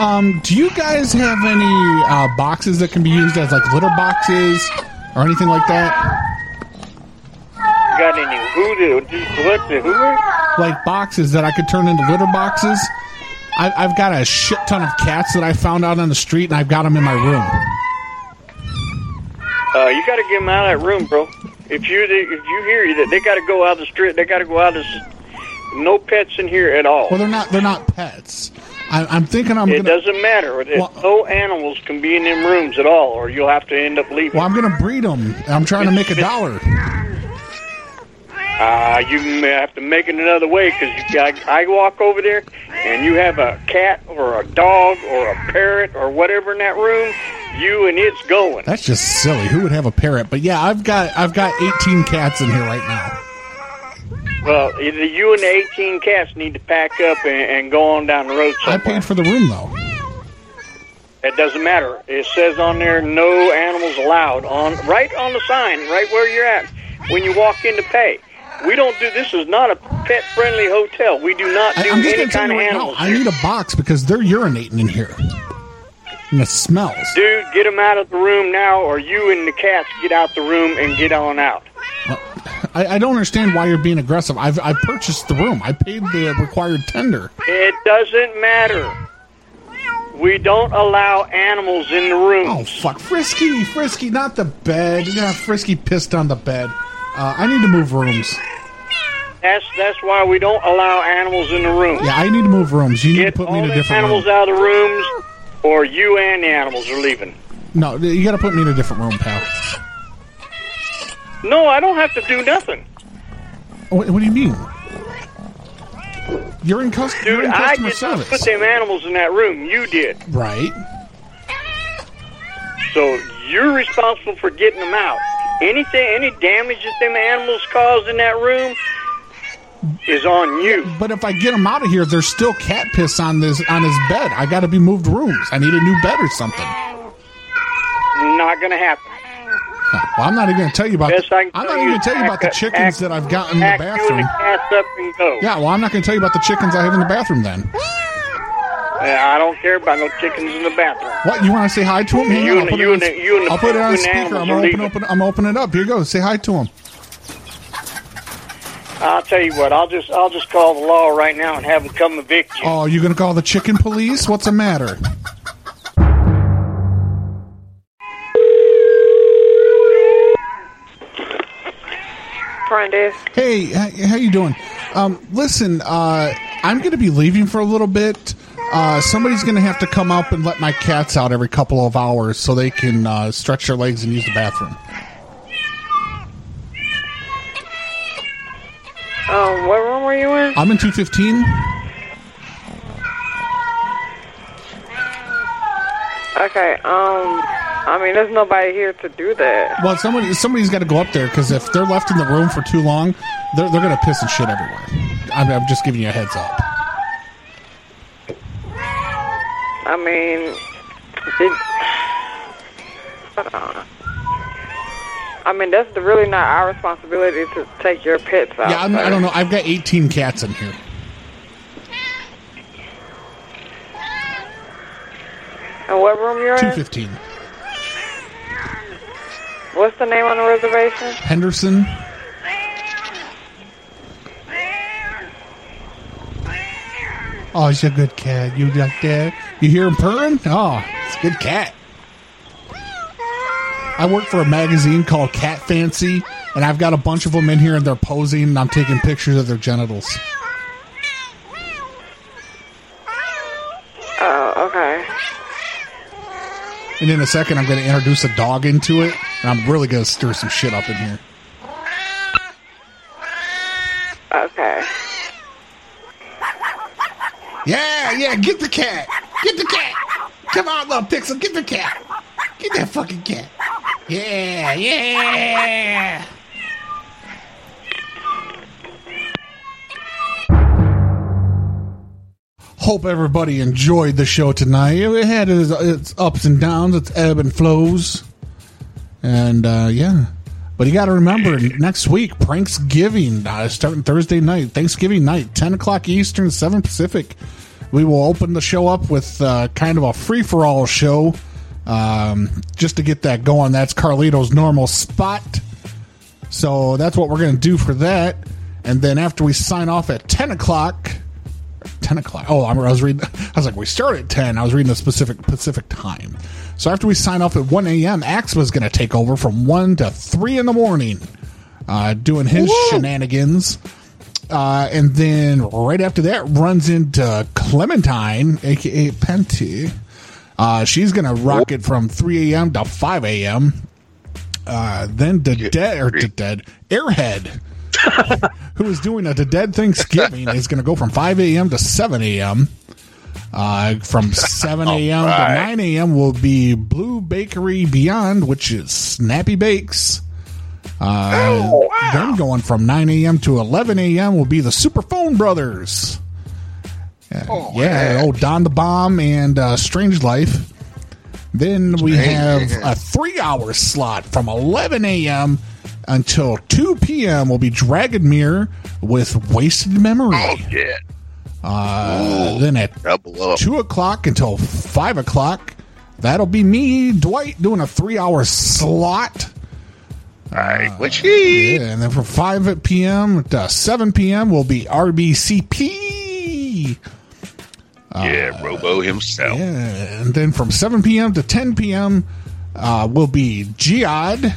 Speaker 8: Um, do you guys have any uh, boxes that can be used as like litter boxes or anything like that?
Speaker 14: You got any hoodoo? Do you collect the hoover?
Speaker 8: Like boxes that I could turn into litter boxes? I, I've got a shit ton of cats that I found out on the street, and I've got them in my room.
Speaker 14: Uh, you got to get them out of that room, bro. If you the, if you hear you, they got to go out of the street. They got to go out of. This, no pets in here at all.
Speaker 8: Well, they're not they're not pets. I, I'm thinking I'm
Speaker 14: it
Speaker 8: gonna
Speaker 14: doesn't matter. It- no animals can be in them rooms at all, or you'll have to end up leaving.
Speaker 8: well I'm gonna breed them. I'm trying to make a dollar.
Speaker 14: Uh, you may have to make it another way because I, I walk over there and you have a cat or a dog or a parrot or whatever in that room, you and it's going.
Speaker 8: That's just silly. Who would have a parrot? But yeah, I've got I've got 18 cats in here right now.
Speaker 14: Well, either you and the 18 cats need to pack up and, and go on down the road
Speaker 8: I
Speaker 14: somewhere.
Speaker 8: paid for the room though.
Speaker 14: It doesn't matter. It says on there no animals allowed on right on the sign, right where you're at when you walk in to pay. We don't do this is not a pet friendly hotel. We do not
Speaker 8: I,
Speaker 14: do
Speaker 8: I'm just
Speaker 14: any
Speaker 8: gonna tell
Speaker 14: kind
Speaker 8: you
Speaker 14: of
Speaker 8: right now.
Speaker 14: animals.
Speaker 8: I need a box because they're urinating in here, and it smells.
Speaker 14: Dude, get him out of the room now, or you and the cats get out the room and get on out.
Speaker 8: I, I don't understand why you're being aggressive. I've I purchased the room. I paid the required tender.
Speaker 14: It doesn't matter. We don't allow animals in the room.
Speaker 8: Oh fuck, Frisky, Frisky, not the bed. Yeah, Frisky pissed on the bed. Uh, I need to move rooms.
Speaker 14: That's that's why we don't allow animals in the room.
Speaker 8: Yeah, I need to move rooms. You need to put me in a different
Speaker 14: Animals
Speaker 8: room.
Speaker 14: out of the rooms, or you and the animals are leaving.
Speaker 8: No, th- you got to put me in a different room, pal.
Speaker 14: No, I don't have to do nothing,
Speaker 8: What, what do you mean? You're in, cus- you're
Speaker 14: dude.
Speaker 8: in
Speaker 14: I
Speaker 8: customer
Speaker 14: did not
Speaker 8: service.
Speaker 14: put them animals in that room. You did,
Speaker 8: Right.
Speaker 14: so you're responsible for getting them out. Anything, any damage that them animals caused in that room is on you.
Speaker 8: But if I get him out of here, there's still cat piss on this on his bed. I got to be moved rooms. I need a new bed or something.
Speaker 14: Not gonna happen.
Speaker 8: Well, I'm not even going to tell you about.
Speaker 14: Best I can
Speaker 8: The, I'm
Speaker 14: tell
Speaker 8: not
Speaker 14: you
Speaker 8: even going
Speaker 14: is
Speaker 8: to tell you about the
Speaker 14: pack-
Speaker 8: chickens
Speaker 14: pack-
Speaker 8: that I've got in the
Speaker 14: pack you
Speaker 8: bathroom.
Speaker 14: and the cats up and go.
Speaker 8: Yeah, well, I'm not going to tell you about the chickens I have in the bathroom then.
Speaker 14: Yeah, I don't care about no chickens in the bathroom.
Speaker 8: What you want to say hi to him? Hang
Speaker 14: You and
Speaker 8: on, I'll put
Speaker 14: the-
Speaker 8: it
Speaker 14: you
Speaker 8: on-
Speaker 14: and the- you and the
Speaker 8: I'll put it on
Speaker 14: penguin
Speaker 8: speaker.
Speaker 14: animals
Speaker 8: I'm
Speaker 14: are
Speaker 8: gonna open,
Speaker 14: leaving.
Speaker 8: open, I'm gonna open it up. Here you go. Say hi to him.
Speaker 14: I'll tell you what. I'll just I'll just call the law right now and have them come evict you.
Speaker 8: Oh, you gonna call the chicken police? What's the matter?
Speaker 27: Friday.
Speaker 8: Hey, h- how you doing? Um, listen, uh, I'm going to be leaving for a little bit. Uh, somebody's going to have to come up and let my cats out every couple of hours so they can uh, stretch their legs and use the bathroom.
Speaker 27: Um, what room were you in?
Speaker 8: I'm in 215.
Speaker 27: Okay. Um, I mean, there's nobody here to do that.
Speaker 8: Well, somebody somebody's got to go up there because if they're left in the room for too long, they're they're going to piss and shit everywhere. I'm, I'm just giving you a heads up.
Speaker 27: I mean, it, Hold on. I mean, that's really not our responsibility to take your pets out.
Speaker 8: Yeah, I'm, I don't know. I've got 18 cats in here.
Speaker 27: And what room you're in?
Speaker 8: 215.
Speaker 27: What's the name on the reservation?
Speaker 8: Henderson. Oh, he's a good cat. You like that? You hear him purring? Oh, it's a good cat. I work for a magazine called Cat Fancy, and I've got a bunch of them in here, and they're posing, and I'm taking pictures of their genitals.
Speaker 27: Oh, okay.
Speaker 8: And in a second, I'm going to introduce a dog into it, and I'm really going to stir some shit up in here.
Speaker 27: Okay.
Speaker 8: Yeah, yeah, get the cat. Get the cat. Come on, little pixel, get the cat. Get that fucking cat. Yeah, yeah. Hope everybody enjoyed the show tonight. It had its, its ups and downs, its ebb and flows. And uh, yeah. But you got to remember next week, Pranksgiving, uh, starting Thursday night, Thanksgiving night, 10 o'clock Eastern, 7 Pacific. We will open the show up with uh, kind of a free for all show um, just to get that going. That's Carlito's normal spot. So that's what we're going to do for that. And then after we sign off at 10 o'clock, 10 o'clock. Oh, I'm- I was reading. I was like, we started at 10. I was reading the specific Pacific time. So after we sign off at 1 a.m., Axe was going to take over from 1 to 3 in the morning, uh, doing his shenanigans. Uh, and then right after that, runs into Clementine, aka Penty. Uh, she's going to rock it from 3 a.m. to 5 a.m. Uh, then the dead or the dead airhead who is doing a dead Thanksgiving is going to go from 5 a.m. to 7 a.m. Uh, from 7 a.m. to 9 a.m. will be Blue Bakery Beyond, which is Snappy Bakes. Uh, Then going from 9 a.m. to 11 a.m. will be the Super Phone Brothers. Uh, yeah, oh, Don the Bomb and uh, Strange Life. Then we have a three hour slot from 11 a.m. until 2 p.m. will be Dragon Mirror with Wasted Memory.
Speaker 2: Yeah.
Speaker 8: Uh, then at
Speaker 2: Double up.
Speaker 8: two o'clock until five o'clock, that'll be me, Dwight, doing a three-hour slot. Uh,
Speaker 2: All right, what she?
Speaker 8: Yeah, and then from five p.m. to seven p.m. will be RBCP. Ah.
Speaker 2: yeah, Robo himself.
Speaker 8: Yeah, and then from 7 p.m. to 10 p.m. Uh, will be Giod, uh,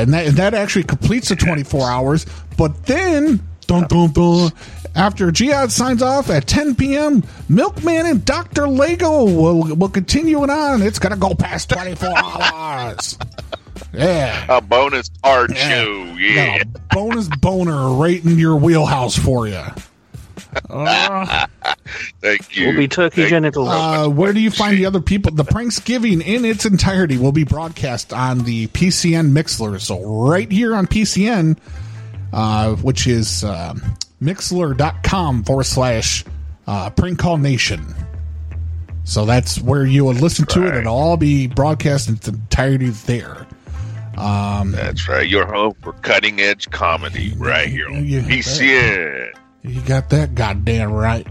Speaker 8: and that, and that actually completes the 24 hours. But then Dun, dun, dun. After Jihad signs off at 10 p.m., Milkman and Dr. Lego will, will continue it on. It's going to go past 24 hours. Yeah.
Speaker 2: A bonus art show, yeah.
Speaker 8: Got a bonus boner right in your wheelhouse for you. Uh,
Speaker 2: Thank you.
Speaker 3: Will be turkey
Speaker 2: Thank-
Speaker 3: genitals.
Speaker 8: Uh, where do you find the other people? The Pranksgiving in its entirety will be broadcast on the PCN Mixler. So, right here on PCN, uh, which is uh, mixler.com forward slash uh, prank call nation. So, that's where you will listen to it. It'll all be broadcast in its entirety there. Um,
Speaker 2: That's right. Your home for cutting edge comedy right here on
Speaker 8: Yeah.
Speaker 2: PCN.
Speaker 8: You got that goddamn right.